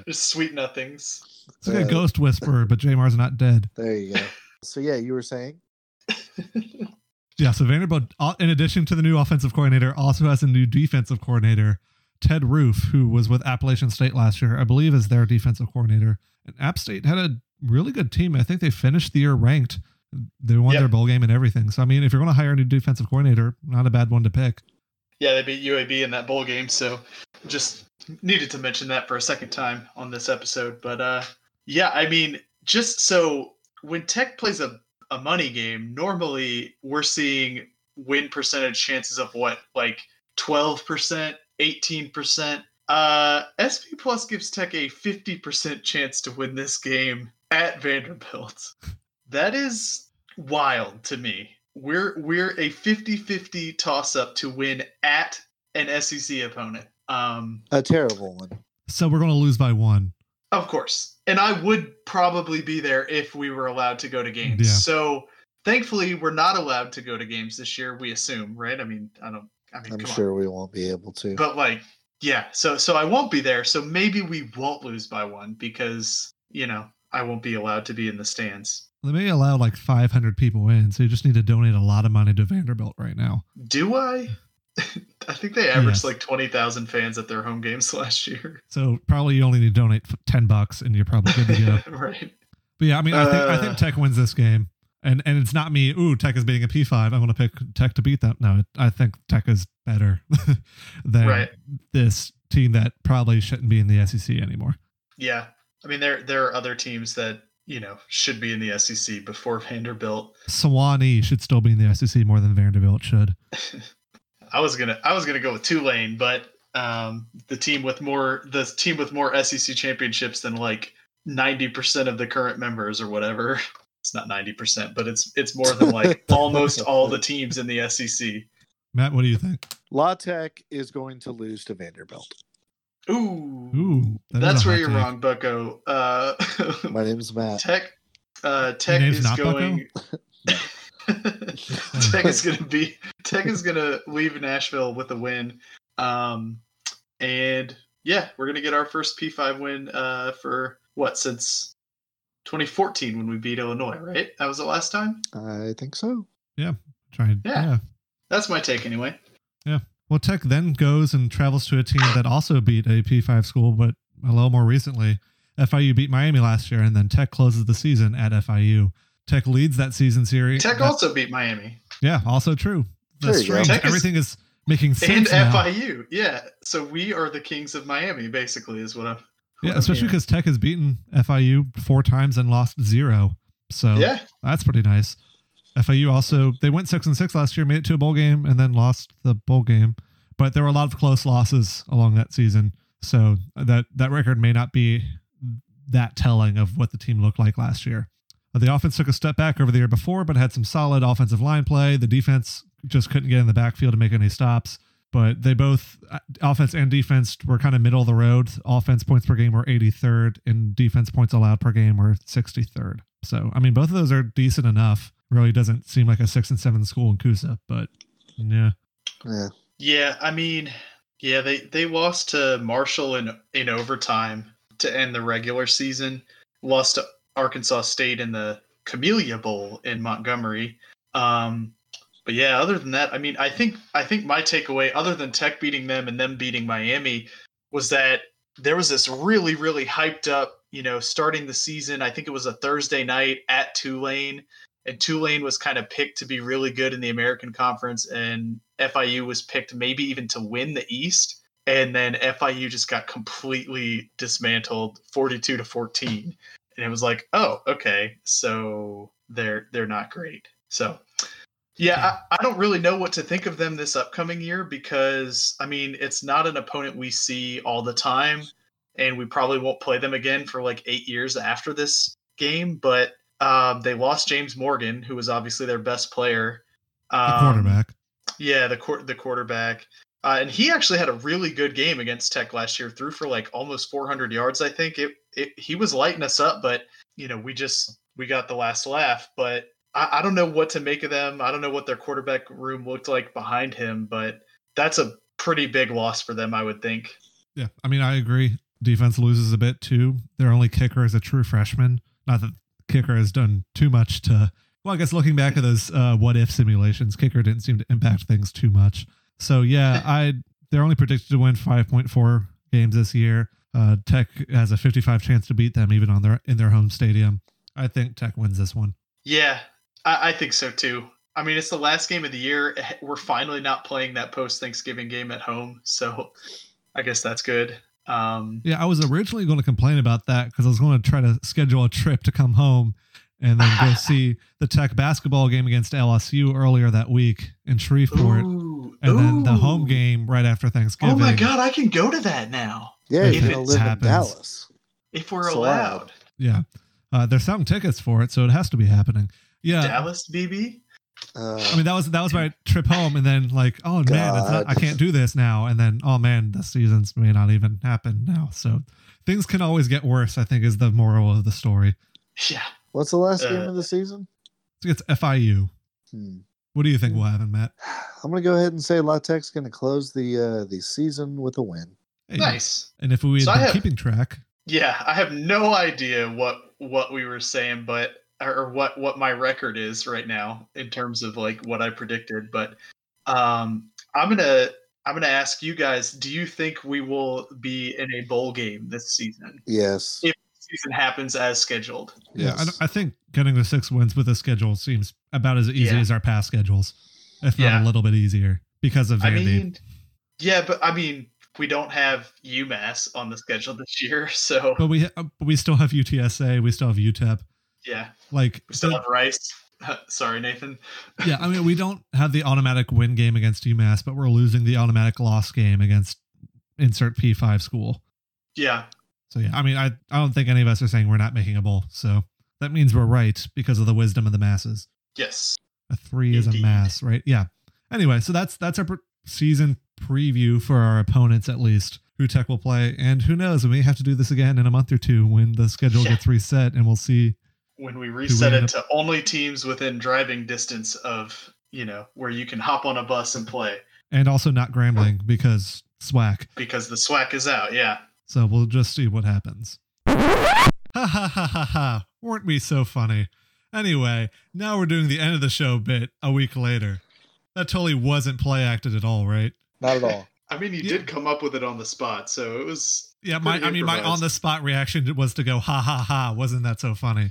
Speaker 2: Just sweet nothings.
Speaker 1: It's like
Speaker 4: Uh,
Speaker 1: a ghost whisperer, but Jamar's not dead.
Speaker 4: There you go. So yeah, you were saying
Speaker 1: Yeah, so Vanderbilt, uh, in addition to the new offensive coordinator, also has a new defensive coordinator, Ted Roof, who was with Appalachian State last year, I believe, is their defensive coordinator. And App State had a really good team. I think they finished the year ranked. They won
Speaker 2: Yep.
Speaker 1: their bowl game and everything. So I mean, if you're going to hire a new defensive coordinator, not a bad one to pick.
Speaker 2: Yeah, they beat UAB in that bowl game, so just needed to mention that for a second time on this episode. But uh yeah, I mean, just so when Tech plays a, a money game, normally we're seeing win percentage chances of what, like 12%, 18%. Uh SP Plus gives Tech a 50% chance to win this game at Vanderbilt. That is wild to me. We're we're a 50-50 toss up to win at an SEC opponent. Um
Speaker 4: a terrible one.
Speaker 1: So we're going to lose by one.
Speaker 2: of course. And I would probably be there if we were allowed to go to games.
Speaker 1: Yeah.
Speaker 2: So thankfully we're not allowed to go to games this year, we assume, right? I mean, I don't I mean,
Speaker 4: I'm
Speaker 2: come
Speaker 4: sure we won't be able to.
Speaker 2: on. But like, yeah, so so I won't be there. So maybe we won't lose by one because, you know, I won't be allowed to be in the stands.
Speaker 1: They may allow like 500 people in, so you just need to donate a lot of money to Vanderbilt right now.
Speaker 2: Do I? I think they averaged
Speaker 1: Yes.
Speaker 2: like 20,000 fans at their home games last year.
Speaker 1: So probably you only need to donate f- 10 bucks, and you're probably good to go.
Speaker 2: right.
Speaker 1: But yeah, I mean, I think I
Speaker 2: Uh.
Speaker 1: think Tech wins this game, and and it's not me. Ooh, Tech is beating a P five. I'm gonna pick Tech to beat them. No, I think Tech is better than
Speaker 2: Right.
Speaker 1: this team that probably shouldn't be in the SEC anymore.
Speaker 2: Yeah. I mean, there there are other teams that you know should be in the SEC before Vanderbilt.
Speaker 1: Sewanee should still be in the SEC more than Vanderbilt should.
Speaker 2: I was gonna I was gonna go with Tulane, but um, the team with more the team with more SEC championships than like ninety percent of the current members or whatever. It's not ninety percent, but it's it's more than like almost all the E teams in the SEC.
Speaker 1: Matt, what do you think?
Speaker 4: La Tech is going to lose to Vanderbilt.
Speaker 2: Ooh,
Speaker 1: Ooh, that is
Speaker 2: that's
Speaker 1: a
Speaker 2: where
Speaker 1: hot
Speaker 2: you're
Speaker 1: take.
Speaker 2: wrong, Bucko. Uh,
Speaker 4: My name's Matt.
Speaker 2: Tech, uh, Tech
Speaker 1: name's
Speaker 2: is
Speaker 1: not Bucko?
Speaker 2: going. Tech is going to be Tech is going to leave Nashville with a win, um, and yeah, we're going to get our first P5 win uh, for what since 2014 when we beat Illinois, right? That was the last time.
Speaker 4: I think so.
Speaker 1: Trying,
Speaker 2: Yeah.
Speaker 1: yeah.
Speaker 2: That's my take anyway.
Speaker 1: Well, Tech then goes and travels to a team that also beat a P5 school, but a little more recently. FIU beat Miami last year, and then Tech closes the season at FIU. Tech leads that season series.
Speaker 2: Tech
Speaker 1: That-
Speaker 2: also beat Miami
Speaker 1: yeah, also true.
Speaker 4: There
Speaker 1: That's
Speaker 4: you go.
Speaker 1: strange.
Speaker 2: Tech is-
Speaker 1: Everything is, making
Speaker 2: and
Speaker 1: sense now.
Speaker 2: FIU. Yeah, so we are the kings of Miami, basically, is what I'm.
Speaker 1: Yeah, especially because Tech has beaten FIU four times and lost zero. So
Speaker 2: yeah,
Speaker 1: that's pretty nice. FIU also they went six and six last year, made it to a bowl game, and then lost the bowl game. But there were a lot of close losses along that season, so that that record may not be that telling of what the team looked like last year. Uh, The offense took a step back over the year before, but had some solid offensive line play. The defense just couldn't get in the backfield to make any stops. But they both, uh, offense and defense, were kind of middle of the road. Offense points per game were 83rd, and defense points allowed per game were 63rd. So, I mean, both of those are decent enough. Really doesn't seem like a six and seven school in Coosa, but yeah,
Speaker 4: Yeah.
Speaker 2: Yeah, I mean, yeah, they they lost to Marshall in in overtime to end the regular season. Lost to Arkansas State in the Camellia Bowl in Montgomery. Um, but yeah, other than that, I mean, I think I think my takeaway, other than Tech beating them and them beating Miami, was that there was this really really hyped up, you know, starting the season. I think it was a Thursday night at Tulane and Tulane was kind of picked to be really good in the American Conference, and FIU was picked maybe even to win the East. And then FIU just got completely dismantled, forty-two to fourteen, and it was like, oh, okay, so they're they're not great. So, yeah, I, I don't really know what to think of them this upcoming year because I mean, it's not an opponent we see all the time, and we probably won't play them again for like eight years after this game, but. Um, they lost James Morgan, who was obviously their best player.
Speaker 1: the
Speaker 2: Um,
Speaker 1: quarterback.
Speaker 2: Yeah, the quar the quarterback, uh, and he actually had a really good game against Tech last year. Threw for like almost 400 yards, I think. It, it he was lighting us up, but you know we just we got the last laugh. But I, I don't know what to make of them. I don't know what their quarterback room looked like behind him, but that's a pretty big loss for them, I would think.
Speaker 1: Yeah, I mean, I agree. Defense loses a bit too. Their only kicker is a true freshman. Not that kicker has done too much to. Well, I guess looking back at those uh, what if simulations, kicker didn't seem to impact things too much. So yeah, I they're only predicted to win five point four games this year. Uh, Tech has a fifty five chance to beat them even on their in their home stadium. I think Tech wins this one.
Speaker 2: Yeah, I, I think so too. I mean, it's the last game of the year. Eh, We're finally not playing that post Thanksgiving game at home, so I guess that's good. Um,
Speaker 1: Yeah, I was originally going to complain about that because I was going to try to schedule a trip to come home and then go see the Tech basketball game against LSU earlier that week in Shreveport,
Speaker 2: ooh,
Speaker 1: and then the home
Speaker 2: ooh.
Speaker 1: game right after Thanksgiving.
Speaker 2: Oh my god, I can go to that now
Speaker 4: Yeah,
Speaker 1: If
Speaker 4: you're going
Speaker 2: it
Speaker 4: to live
Speaker 1: happens.
Speaker 4: in Dallas.
Speaker 2: if we're
Speaker 4: It's
Speaker 2: allowed.
Speaker 4: allowed.
Speaker 1: Yeah, uh, they're selling tickets for it, so it has to be happening. Yeah,
Speaker 2: Dallas, BB.
Speaker 4: Uh,
Speaker 1: I mean that was that was my trip home, and then like, oh man, it's not, I
Speaker 4: God.
Speaker 1: can't do this now, and then oh man, the seasons may not even happen now. So things can always get worse. I think is the moral of the story.
Speaker 2: Yeah,
Speaker 4: what's the last game
Speaker 2: uh,
Speaker 4: of the season?
Speaker 1: So it's FIU.
Speaker 4: Hmm.
Speaker 1: What do you think will happen, Matt?
Speaker 4: I'm going to go ahead and say La Tech's going to close the uh, the season with a win.
Speaker 1: Hey,
Speaker 2: nice.
Speaker 1: And if we had
Speaker 2: So I
Speaker 1: been
Speaker 2: have-
Speaker 1: keeping track,
Speaker 2: Yeah, I have no idea what what we were saying, but or or what what my record is right now in terms of like what I predicted. But um, I'm gonna I'm gonna ask you guys: Do you think we will be in a bowl game this season?
Speaker 4: Yes.
Speaker 2: If season happens as scheduled.
Speaker 1: yeah, I,
Speaker 4: Yes.
Speaker 1: I think getting the six wins with the schedule seems about as easy
Speaker 2: Yeah.
Speaker 1: as our past schedules, if
Speaker 2: Yeah.
Speaker 1: not a little bit easier because of
Speaker 2: I
Speaker 1: Vandy.
Speaker 2: mean, yeah, but I mean, we don't have UMass on the schedule this year, so
Speaker 1: but we ha- but we still have UTSA, we still have UTEP.
Speaker 2: yeah,
Speaker 1: Like,
Speaker 2: we still have Rice. Sorry, Nathan.
Speaker 1: yeah, I mean, we don't have the automatic win game against UMass, but we're losing the automatic loss game against insert P five school.
Speaker 2: Yeah,
Speaker 1: So yeah, I mean, I I don't think any of us are saying we're not making a bowl. So that means we're right because of the wisdom of the masses.
Speaker 2: yes,
Speaker 1: A three is a
Speaker 2: Indeed.
Speaker 1: mass, right? Yeah. Anyway, so that's that's our pr- season preview for our opponents, at least, who Tech will play. And who knows, we may have to do this again in a month or two when the schedule
Speaker 2: Yeah.
Speaker 1: gets reset and we'll see.
Speaker 2: when we reset
Speaker 1: end
Speaker 2: it to only teams within driving distance of you know where you can hop on a bus and play
Speaker 1: And also not Grambling because SWAC.
Speaker 2: because the SWAC is out. Yeah,
Speaker 1: So we'll just see what happens. Ha ha ha ha ha. Weren't we so funny? Anyway, now we're doing the end of the show bit a week later. That totally wasn't play acted at all, right?
Speaker 4: Not at all.
Speaker 2: I mean you
Speaker 1: Yeah.
Speaker 2: did come up with it on the spot, so it was.
Speaker 1: Yeah, my
Speaker 2: Pretty
Speaker 1: I mean my
Speaker 2: improvised.
Speaker 1: on the spot reaction was to go ha ha ha, wasn't that so funny?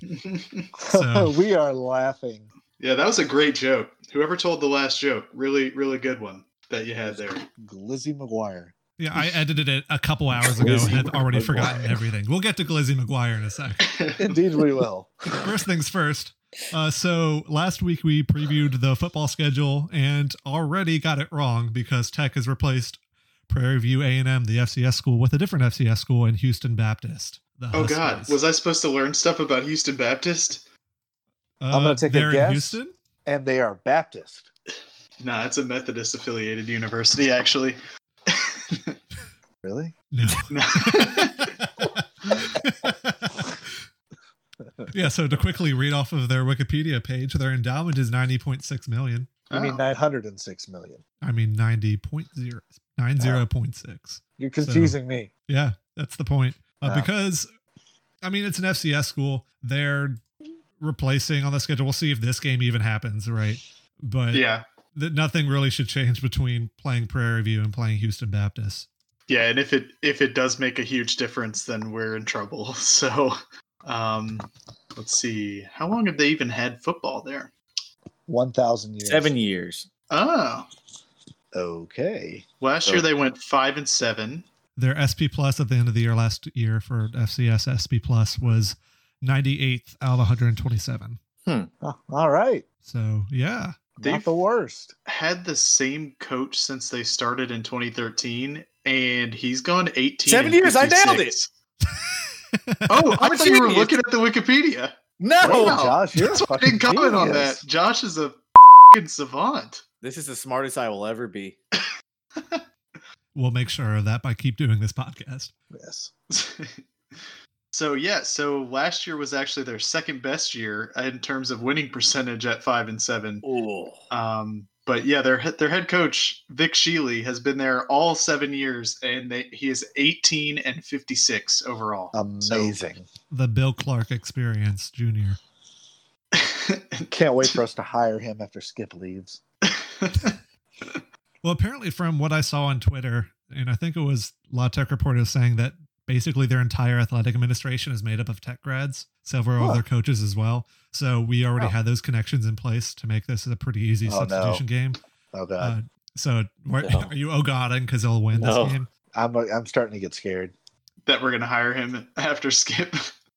Speaker 1: So-
Speaker 4: we are laughing.
Speaker 2: yeah, that was a great joke. Whoever told the last joke, really, really good one that you had there.
Speaker 4: Glizzy McGuire.
Speaker 1: Yeah, I edited it a couple hours ago and
Speaker 4: Glizzy
Speaker 1: had already
Speaker 4: McGuire.
Speaker 1: forgotten everything. We'll get to Glizzy McGuire in a sec.
Speaker 4: Indeed, we will.
Speaker 1: first things first. Uh, so last week we previewed the football schedule and already got it wrong because Tech has replaced Prairie View A and M, the FCS school, with a different FCS school in Houston Baptist. the
Speaker 2: oh God,
Speaker 1: Huskies.
Speaker 2: was I supposed to learn stuff about Houston Baptist?
Speaker 1: Uh,
Speaker 4: I'm gonna take a
Speaker 1: they're in
Speaker 4: guess.
Speaker 1: Houston.
Speaker 4: And they are Baptist.
Speaker 2: Nah, it's a Methodist affiliated university actually.
Speaker 4: Really?
Speaker 1: No.
Speaker 2: No.
Speaker 1: yeah. So to quickly read off of their Wikipedia page, their endowment is ninety point six million.
Speaker 4: You mean
Speaker 2: Oh.
Speaker 4: 906 million.
Speaker 1: I mean ninety point zero nine zero point six.
Speaker 4: You're confusing me.
Speaker 1: Yeah, that's the point. Uh,
Speaker 4: Wow.
Speaker 1: Because, I mean, it's an FCS school. They're replacing on the schedule. We'll see if this game even happens, right? But
Speaker 2: yeah,
Speaker 1: th- nothing really should change between playing Prairie View and playing Houston Baptist.
Speaker 2: yeah and if it if it does make a huge difference then we're in trouble so um let's see how long have they even had football there
Speaker 4: 1,000 years.
Speaker 3: Seven years.
Speaker 2: oh
Speaker 4: Okay.
Speaker 2: last
Speaker 3: So-
Speaker 2: year they went five and seven
Speaker 1: Their SP plus at the end of the year last year for FCS SP plus was 98th out of 127.
Speaker 4: Uh, All right.
Speaker 1: So yeah,
Speaker 2: They've-
Speaker 4: Not the worst.
Speaker 2: had the same coach since they started in 2013 and he's gone 18
Speaker 3: Seven
Speaker 2: and
Speaker 3: years, I nailed
Speaker 2: 56. oh i
Speaker 3: I'm a
Speaker 2: thought you were
Speaker 3: genius.
Speaker 2: looking at the wikipedia
Speaker 3: No,
Speaker 4: Wow, Josh, you're
Speaker 2: that's
Speaker 4: a
Speaker 2: why i didn't
Speaker 4: fucking
Speaker 2: comment on that
Speaker 4: genius.
Speaker 2: josh is a fing savant
Speaker 3: this is the smartest I will ever be.
Speaker 1: we'll make sure of that by keep doing this podcast.
Speaker 4: Yes.
Speaker 2: so yeah, so last year was actually their second best year in terms of winning percentage at five and seven.
Speaker 3: Ooh.
Speaker 2: Um, but yeah, their he- their head coach Vic Sheely has been there all seven years, and they, he is eighteen and fifty six overall.
Speaker 4: Oh. Amazing.
Speaker 1: The Bill Clark experience, junior.
Speaker 4: Can't wait for us to hire him after Skip leaves.
Speaker 1: Well, apparently, from what I saw on Twitter, and I think it was La Tech Reporter saying that basically their entire athletic administration is made up of tech grads, several of
Speaker 4: Huh.
Speaker 1: their coaches as well. So we already
Speaker 4: Oh.
Speaker 1: had those connections in place to make this a pretty easy
Speaker 4: Oh, no.
Speaker 1: substitution game.
Speaker 4: Oh
Speaker 1: Uh,
Speaker 4: God,
Speaker 1: so why-
Speaker 3: No.
Speaker 1: are you oh god because they'll win
Speaker 3: No.
Speaker 1: this game?
Speaker 4: I'm I'm starting to get scared.
Speaker 2: that we're gonna hire him after Skip.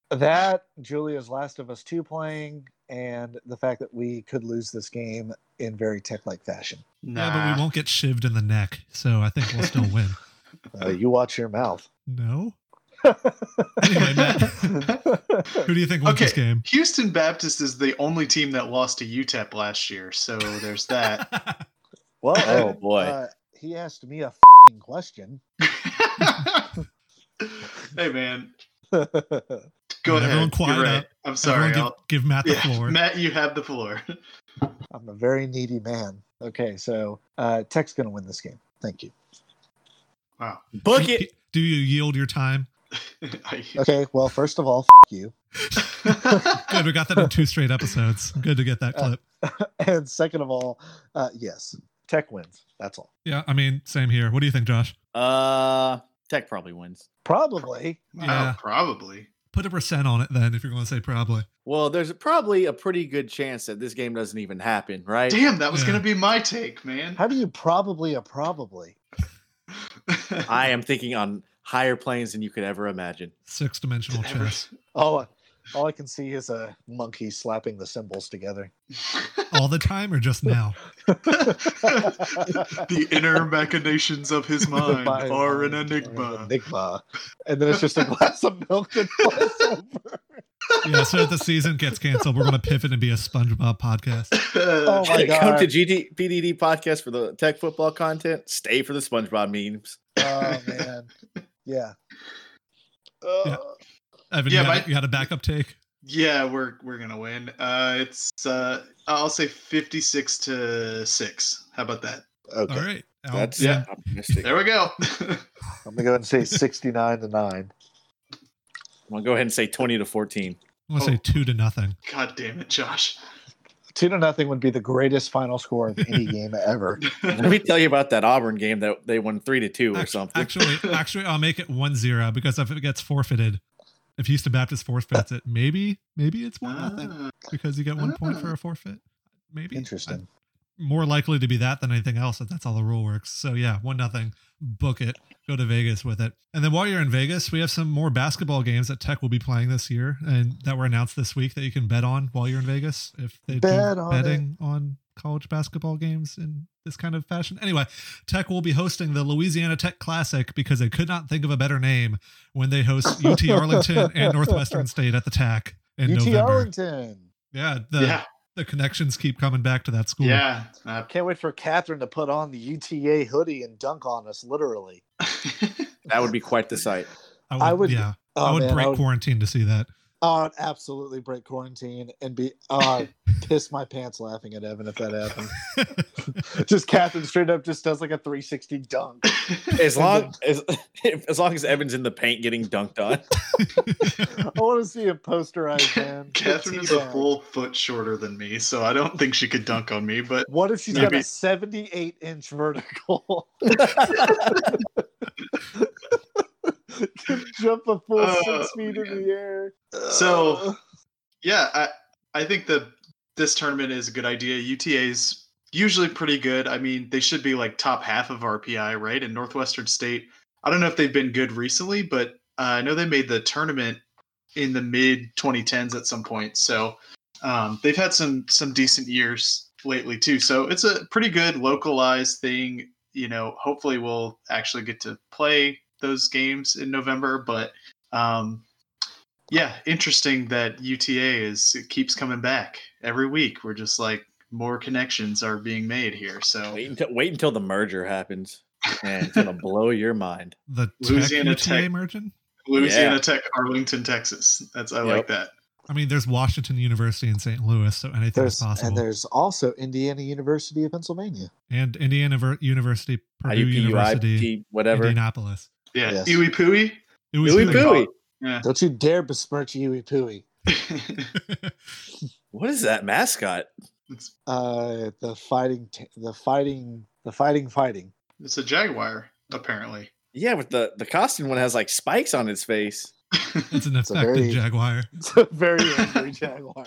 Speaker 4: That Julia's Last of Us two playing, and the fact that we could lose this game in very tech like fashion.
Speaker 2: nah.
Speaker 1: Yeah, but we won't get shivved in the neck. So I think we'll still win.
Speaker 4: Uh, you watch your mouth.
Speaker 1: No. anyway, Matt, who do you think wins
Speaker 2: Okay.
Speaker 1: this game?
Speaker 2: Houston Baptist is the only team that lost to UTEP last year, so there's that.
Speaker 4: well,
Speaker 3: Oh
Speaker 4: Evan,
Speaker 3: boy.
Speaker 4: uh, he asked me a f***ing question.
Speaker 2: hey man,
Speaker 4: All
Speaker 2: go
Speaker 1: Everyone
Speaker 2: ahead. You're
Speaker 1: quiet
Speaker 2: right.
Speaker 1: up.
Speaker 2: I'm sorry.
Speaker 1: Everyone give,
Speaker 2: I'll-
Speaker 1: give Matt the
Speaker 2: yeah,
Speaker 1: floor.
Speaker 2: Matt, you have the floor.
Speaker 4: I'm a very needy man. Okay, so uh, Tech's gonna win this game. Thank you.
Speaker 2: Wow.
Speaker 3: Book
Speaker 1: Do you-
Speaker 3: it.
Speaker 1: Do you yield your time?
Speaker 2: I-
Speaker 4: Okay, well, first of all, f- you,
Speaker 1: Good, we got that in two straight episodes. Good to get that
Speaker 2: Uh,
Speaker 1: clip.
Speaker 4: and second of all, uh, yes, Tech wins. That's all.
Speaker 1: Yeah, I mean, same here. What do you think, Josh?
Speaker 3: Uh, Tech probably wins.
Speaker 4: Probably.
Speaker 2: Wow,
Speaker 1: Yeah.
Speaker 2: Oh, probably.
Speaker 1: Put a percent on it then, if you're going to say probably.
Speaker 3: Well, there's probably a pretty good chance that this game doesn't even happen, right?
Speaker 2: Damn, that was
Speaker 1: Yeah.
Speaker 2: gonna be my take, man.
Speaker 4: How do you probably a probably?
Speaker 3: I am thinking on higher planes than you could ever imagine.
Speaker 1: Six dimensional chess.
Speaker 4: All, all I can see is a monkey slapping the symbols together.
Speaker 1: All the time or just now?
Speaker 2: the inner machinations of his mind
Speaker 4: Mind-
Speaker 2: are an
Speaker 4: mind-
Speaker 2: enigma.
Speaker 4: enigma. And then it's just a glass of milk that flies over.
Speaker 1: yeah, so if the season gets canceled, we're going to pivot and be a SpongeBob podcast.
Speaker 4: Oh my
Speaker 3: Come to
Speaker 4: god.
Speaker 3: GD, PDD podcast for the tech football content. Stay for the SpongeBob memes.
Speaker 4: Oh man. Yeah.
Speaker 1: Yeah.
Speaker 4: Ugh.
Speaker 1: Evan,
Speaker 2: Yeah,
Speaker 1: you, had,
Speaker 2: my-
Speaker 1: you had a backup take?
Speaker 2: yeah, we're we're gonna win. Uh, it's uh, I'll say fifty six to six. How about that?
Speaker 4: Okay.
Speaker 1: All right. Al-
Speaker 3: That's
Speaker 2: Yeah.
Speaker 3: optimistic.
Speaker 2: There we go.
Speaker 4: I'm gonna go ahead and say 69 to nine.
Speaker 3: I'm gonna go ahead and say 20 to 14.
Speaker 1: I'm going to
Speaker 2: Oh.
Speaker 1: say two to nothing.
Speaker 2: god damn it, Josh.
Speaker 4: Two to nothing would be the greatest final score of any game ever.
Speaker 3: Let me tell you about that Auburn game that they won three to two or
Speaker 1: Act-
Speaker 3: something.
Speaker 1: Actually, actually, I'll make it one zero because if it gets forfeited, if Houston Baptist forfeits it, maybe, maybe it's one nothing
Speaker 2: Ah,
Speaker 1: because you get one point
Speaker 2: Ah.
Speaker 1: for a forfeit. Maybe
Speaker 4: Interesting.
Speaker 1: more likely to be that than anything else if that's how the rule works. So yeah, one nothing. Book it. Go to Vegas with it. And then while you're in Vegas, we have some more basketball games that Tech will be playing this year and that were announced this week that you can bet on while you're in Vegas if they
Speaker 4: Bet
Speaker 1: do
Speaker 4: on
Speaker 1: betting on college basketball games in this kind of fashion. Anyway, Tech will be hosting the Louisiana Tech Classic because they could not think of a better name when they host UT Arlington and Northwestern State at the TAC in
Speaker 4: UT
Speaker 1: November.
Speaker 4: Arlington.
Speaker 1: Yeah, the
Speaker 2: yeah,
Speaker 1: the connections keep coming back to that school.
Speaker 2: yeah. Uh,
Speaker 4: Can't wait for Catherine to put on the UTA hoodie and dunk on us, literally.
Speaker 3: That would be quite the sight.
Speaker 1: I would,
Speaker 4: I would-
Speaker 1: yeah.
Speaker 4: Oh,
Speaker 1: I would
Speaker 4: man,
Speaker 1: break quarantine to see that.
Speaker 4: I would absolutely break quarantine and be uh, piss my pants laughing at Evan if that happened. just Catherine straight up just does like a 360 dunk.
Speaker 3: As long as as long as Evan's in the paint getting dunked on.
Speaker 4: I want to see a posterized man.
Speaker 2: Catherine is a full foot shorter than me, so I don't think she could dunk on me. But
Speaker 4: What if she's got
Speaker 2: Maybe.
Speaker 4: a 78 inch vertical? Can jump a full
Speaker 2: Oh,
Speaker 4: six feet in
Speaker 2: man.
Speaker 4: the air. Uh,
Speaker 2: So- yeah, I I think the this tournament is a good idea. UTA's usually pretty good. I mean, they should be like top half of RPI, right? And Northwestern State, I don't know if they've been good recently, but uh, I know they made the tournament in the mid 2010s at some point. So um, they've had some some decent years lately too. So it's a pretty good localized thing. You know, hopefully we'll actually get to play those games in November, but um, yeah, interesting that UTA is it keeps coming back every week. We're just like more connections are being made here. So
Speaker 3: Wait until wait until the merger happens. Man, it's gonna blow your mind.
Speaker 1: the
Speaker 2: Louisiana
Speaker 1: Tech UTA
Speaker 2: Tech.
Speaker 1: merging.
Speaker 2: Louisiana
Speaker 3: Yeah.
Speaker 2: Tech, Arlington, Texas. That's I like that.
Speaker 1: I mean, there's Washington University in St. Louis, so anything
Speaker 4: there's,
Speaker 1: is
Speaker 4: and
Speaker 1: possible. And,
Speaker 4: there's also Indiana University of Pennsylvania.
Speaker 1: Indiana Ver- University, Purdue University,
Speaker 3: IUPUI, whatever.
Speaker 1: Indianapolis.
Speaker 2: Yeah,
Speaker 4: Yes.
Speaker 2: Iwi Pui.
Speaker 1: It was
Speaker 3: Ooey
Speaker 1: really-
Speaker 3: booey.
Speaker 2: Yeah.
Speaker 4: Don't you dare besmirch Yui Pui.
Speaker 3: What is that mascot?
Speaker 2: it's,
Speaker 4: Uh, the fighting, t- the fighting, the fighting, fighting.
Speaker 2: it's a jaguar apparently.
Speaker 3: Yeah, with the the costume one has like spikes on its face.
Speaker 1: it's an
Speaker 4: a
Speaker 1: effective
Speaker 4: very-
Speaker 1: Jaguar.
Speaker 4: It's a very angry jaguar.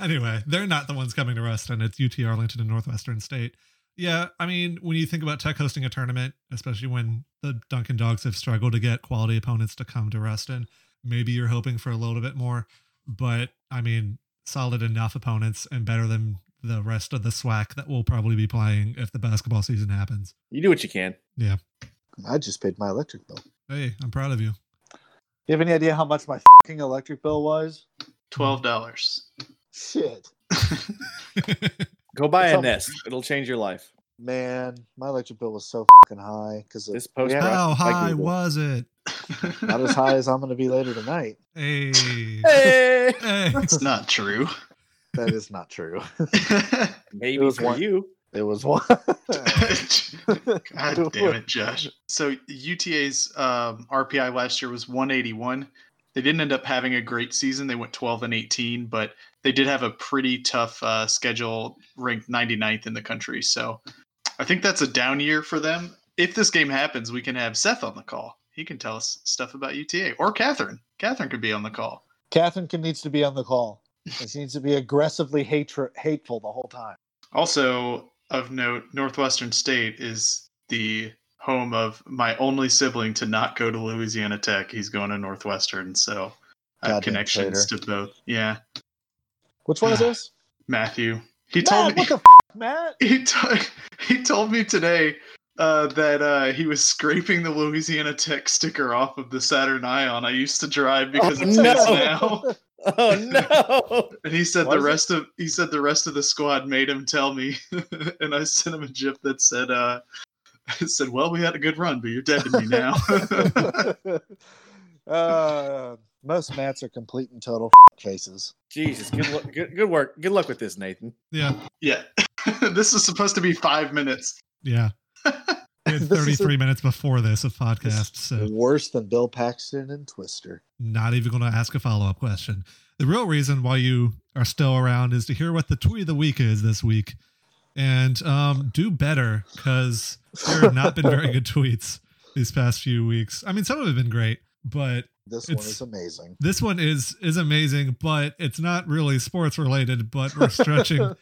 Speaker 1: Anyway, they're not the ones coming to Ruston. It's UT Arlington and Northwestern State. Yeah, I mean, when you think about Tech hosting a tournament, especially when the Duncan Dogs have struggled to get quality opponents to come to Ruston, maybe you're hoping for a little bit more. But I mean, solid enough opponents and better than the rest of the SWAC that we'll probably be playing if the basketball season happens.
Speaker 3: You do what you can.
Speaker 4: I just paid my electric bill.
Speaker 1: Hey, I'm proud of you.
Speaker 4: You have any idea how much my fucking electric bill was?
Speaker 2: Twelve dollars.
Speaker 4: Shit,
Speaker 3: Go buy
Speaker 4: It's
Speaker 3: a
Speaker 4: up-
Speaker 3: nest. It'll change your life.
Speaker 4: man, my electric bill was so fucking high because
Speaker 3: This
Speaker 4: it's
Speaker 3: post-
Speaker 1: How
Speaker 3: Like
Speaker 1: high
Speaker 3: Google.
Speaker 1: was it?
Speaker 4: not as high as I'm going to be later tonight.
Speaker 1: Hey.
Speaker 3: Hey,
Speaker 1: Hey.
Speaker 2: It's not true.
Speaker 4: That is not true.
Speaker 3: maybe
Speaker 4: was
Speaker 3: for
Speaker 4: one-
Speaker 3: you.
Speaker 4: It was one.
Speaker 2: God damn it, Josh. So UTA's um, RPI last year was 181. They didn't end up having a great season. They went 12 and 18, but they did have a pretty tough uh, schedule, ranked 99th in the country. So I think that's a down year for them. If this game happens, we can have Seth on the call. He can tell us stuff about UTA or Catherine. Catherine could be on the call.
Speaker 4: Catherine can, needs to be on the call. And she needs to be aggressively hatred, hateful the whole time.
Speaker 2: Also of note, Northwestern State is the home of my only sibling to not go to Louisiana Tech. He's going to Northwestern, so I
Speaker 4: Goddamn
Speaker 2: have connections to both. Yeah,
Speaker 4: Which one is this?
Speaker 2: Matthew. He
Speaker 4: Matt,
Speaker 2: told me.
Speaker 4: what the f- Matt?
Speaker 2: He, t- he told me today uh, that uh, he was scraping the Louisiana Tech sticker off of the Saturn Ion I used to drive because
Speaker 3: Oh,
Speaker 2: it's
Speaker 3: no.
Speaker 2: his now.
Speaker 3: Oh no!
Speaker 2: And he said
Speaker 4: What
Speaker 2: the
Speaker 4: is it?
Speaker 2: rest of he said the rest of the squad made him tell me, and I sent him a gif that said, uh, "I said, well, we had a good run, but you're dead to me now."
Speaker 4: uh, most mats are complete and total faces.
Speaker 3: Jesus, good, luck, good good work. Good luck with this, Nathan.
Speaker 1: Yeah.
Speaker 2: yeah, this is supposed to be five minutes.
Speaker 1: Yeah. We had
Speaker 4: This is
Speaker 1: 33 minutes before this of podcast, so
Speaker 4: Worse than Bill Paxton and Twister.
Speaker 1: not even going to ask a follow up question. The real reason why you are still around is to hear what the tweet of the week is this week and um, do better because there have not been very good tweets these past few weeks. I mean, some of them have been great, but
Speaker 4: This one
Speaker 1: It's-
Speaker 4: is amazing.
Speaker 1: this one is is amazing, but it's not really sports related, but we're stretching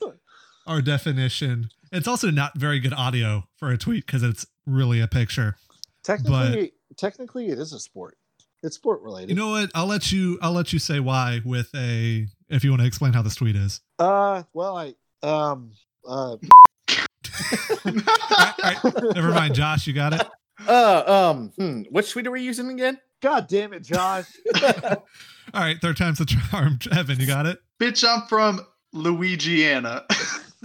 Speaker 1: our definition. It's also not very good audio for a tweet because it's really a picture.
Speaker 4: technically, technically, it is a sport. It's sport related.
Speaker 1: You know what? I'll let you I'll let you say why with a if you want to explain how this tweet is.
Speaker 4: uh, well, I um uh.
Speaker 1: All right, all right. Never mind, Josh, you got it.
Speaker 3: Uh, um, hmm, which suite are we using again?
Speaker 4: God damn it, Josh.
Speaker 1: All right, third time's the charm. Evan, you got it?
Speaker 2: Bitch, I'm from Louisiana.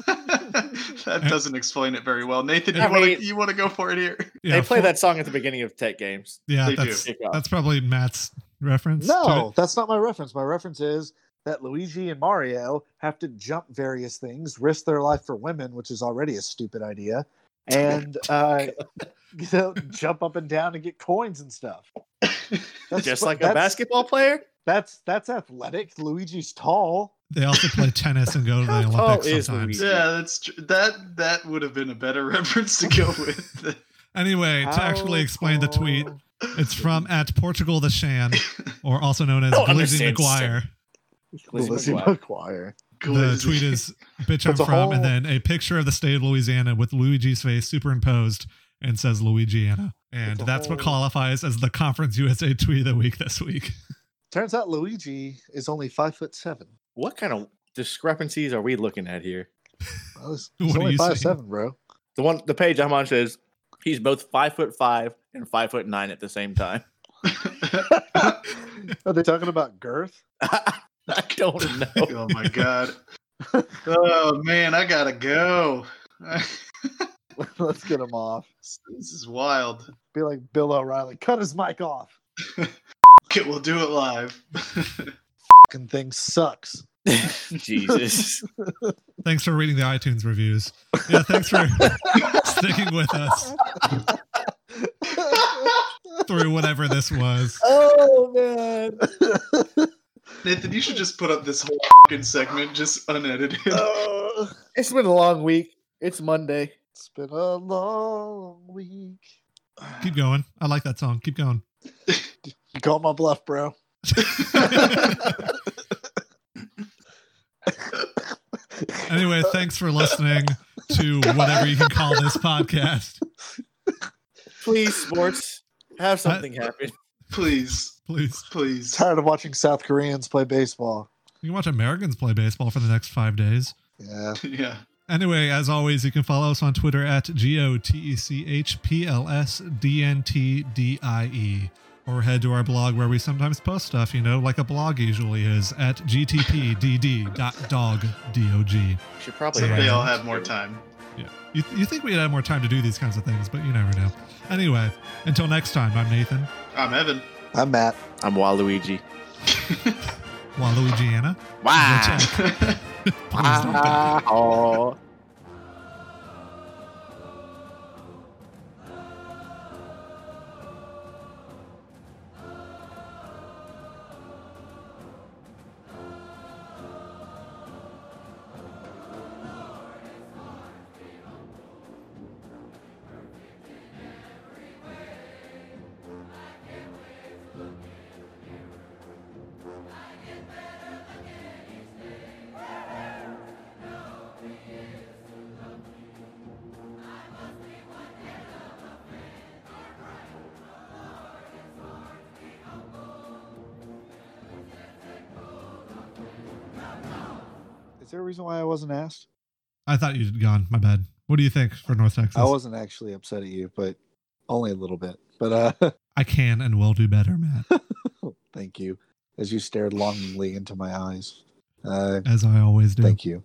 Speaker 2: that doesn't explain it very well. Nathan, you
Speaker 3: I
Speaker 2: want
Speaker 3: mean-
Speaker 2: to you want to go for it here?
Speaker 1: Yeah,
Speaker 3: they play
Speaker 1: four-
Speaker 3: that song at the beginning of Tech games.
Speaker 1: Yeah,
Speaker 2: They do.
Speaker 1: that's
Speaker 3: Kick off.
Speaker 1: that's probably Matt's reference. to
Speaker 4: No,
Speaker 1: it.
Speaker 4: that's not my reference. My reference is that Luigi and Mario have to jump various things, risk their life for women, which is already a stupid idea, and uh, you know, jump up and down and get coins and stuff.
Speaker 1: Uh,
Speaker 4: That's
Speaker 3: Just
Speaker 4: fu-
Speaker 3: like a
Speaker 4: that's-
Speaker 3: basketball player.
Speaker 4: That's that's athletic. Luigi's tall.
Speaker 1: They also play tennis and go to the
Speaker 3: How tall
Speaker 1: Olympics
Speaker 3: is
Speaker 1: sometimes.
Speaker 3: Luigi?
Speaker 2: Yeah, that's tr- that. That would have been a better reference to go with.
Speaker 1: Anyway, to actually explain the tweet, it's from at Portugal the Shan, or also known as
Speaker 3: I don't
Speaker 1: Glizzy
Speaker 3: understand
Speaker 1: McGuire.
Speaker 3: Lizzie
Speaker 4: Lizzie
Speaker 3: McGuire.
Speaker 4: McGuire.
Speaker 1: The tweet is "Bitch, I'm
Speaker 4: That's a
Speaker 1: from," and
Speaker 4: whole-
Speaker 1: then a picture of the state of Louisiana with Luigi's face superimposed, and says Louisiana, and
Speaker 4: That's a
Speaker 1: that's what
Speaker 4: whole-
Speaker 1: qualifies as the Conference USA tweet of the week this week.
Speaker 4: Turns out Luigi is only five foot seven.
Speaker 3: What kind of discrepancies are we looking at here?
Speaker 4: Oh, he's-
Speaker 1: What
Speaker 4: he's
Speaker 1: are
Speaker 4: only
Speaker 1: you
Speaker 4: five
Speaker 1: saying?
Speaker 4: seven, bro.
Speaker 3: The one, the page I'm on says he's both five foot five and five foot nine at the same time.
Speaker 4: Are they talking about girth?
Speaker 3: I don't know.
Speaker 2: oh my god. Oh man, I gotta go.
Speaker 4: Let's get him off.
Speaker 2: this is wild.
Speaker 4: Be like Bill O'Reilly. Cut his mic off.
Speaker 2: Okay, we'll do it live.
Speaker 4: Fucking thing sucks.
Speaker 3: Jesus.
Speaker 1: Thanks for reading the iTunes reviews. Yeah, thanks for sticking with us through whatever this was.
Speaker 3: oh man.
Speaker 2: Nathan, you should just put up this whole fucking segment just unedited.
Speaker 4: Oh,
Speaker 3: It's been a long week. It's Monday.
Speaker 4: it's been a long week.
Speaker 1: Keep going. I like that song. Keep going.
Speaker 4: You call my bluff, bro.
Speaker 1: Anyway, thanks for listening to whatever you can call this podcast.
Speaker 3: Please, sports, have something happen.
Speaker 2: please,
Speaker 1: Please,
Speaker 2: please.
Speaker 4: Tired of watching South Koreans play baseball.
Speaker 1: you can watch Americans play baseball for the next five days.
Speaker 4: Yeah.
Speaker 2: Yeah.
Speaker 1: Anyway, as always, you can follow us on Twitter at G O T E C H P L S D N T D I E. Or head to our blog where we sometimes post stuff, you know, like a blog usually is at gtpdd.dog.dog.
Speaker 3: Should probably.
Speaker 1: So
Speaker 3: write
Speaker 2: They all
Speaker 3: it.
Speaker 2: have more time.
Speaker 1: Yeah. You, you think we'd have more time to do these kinds of things, but you never know. Anyway, until next time, I'm Nathan,
Speaker 2: I'm Evan.
Speaker 4: I'm Matt.
Speaker 3: I'm Waluigi.
Speaker 1: Waluigi Anna.
Speaker 4: Ah.
Speaker 3: Wow.
Speaker 1: Please don't go.
Speaker 3: Wow.
Speaker 4: Is there a reason why I wasn't asked?
Speaker 1: I thought you'd gone. My bad. What do you think for North Texas?
Speaker 4: I wasn't actually upset at you, but only a little bit. But uh,
Speaker 1: I can and will do better, Matt,
Speaker 4: thank you, as you stared longingly into my eyes. Uh,
Speaker 1: as I always do.
Speaker 4: Thank you.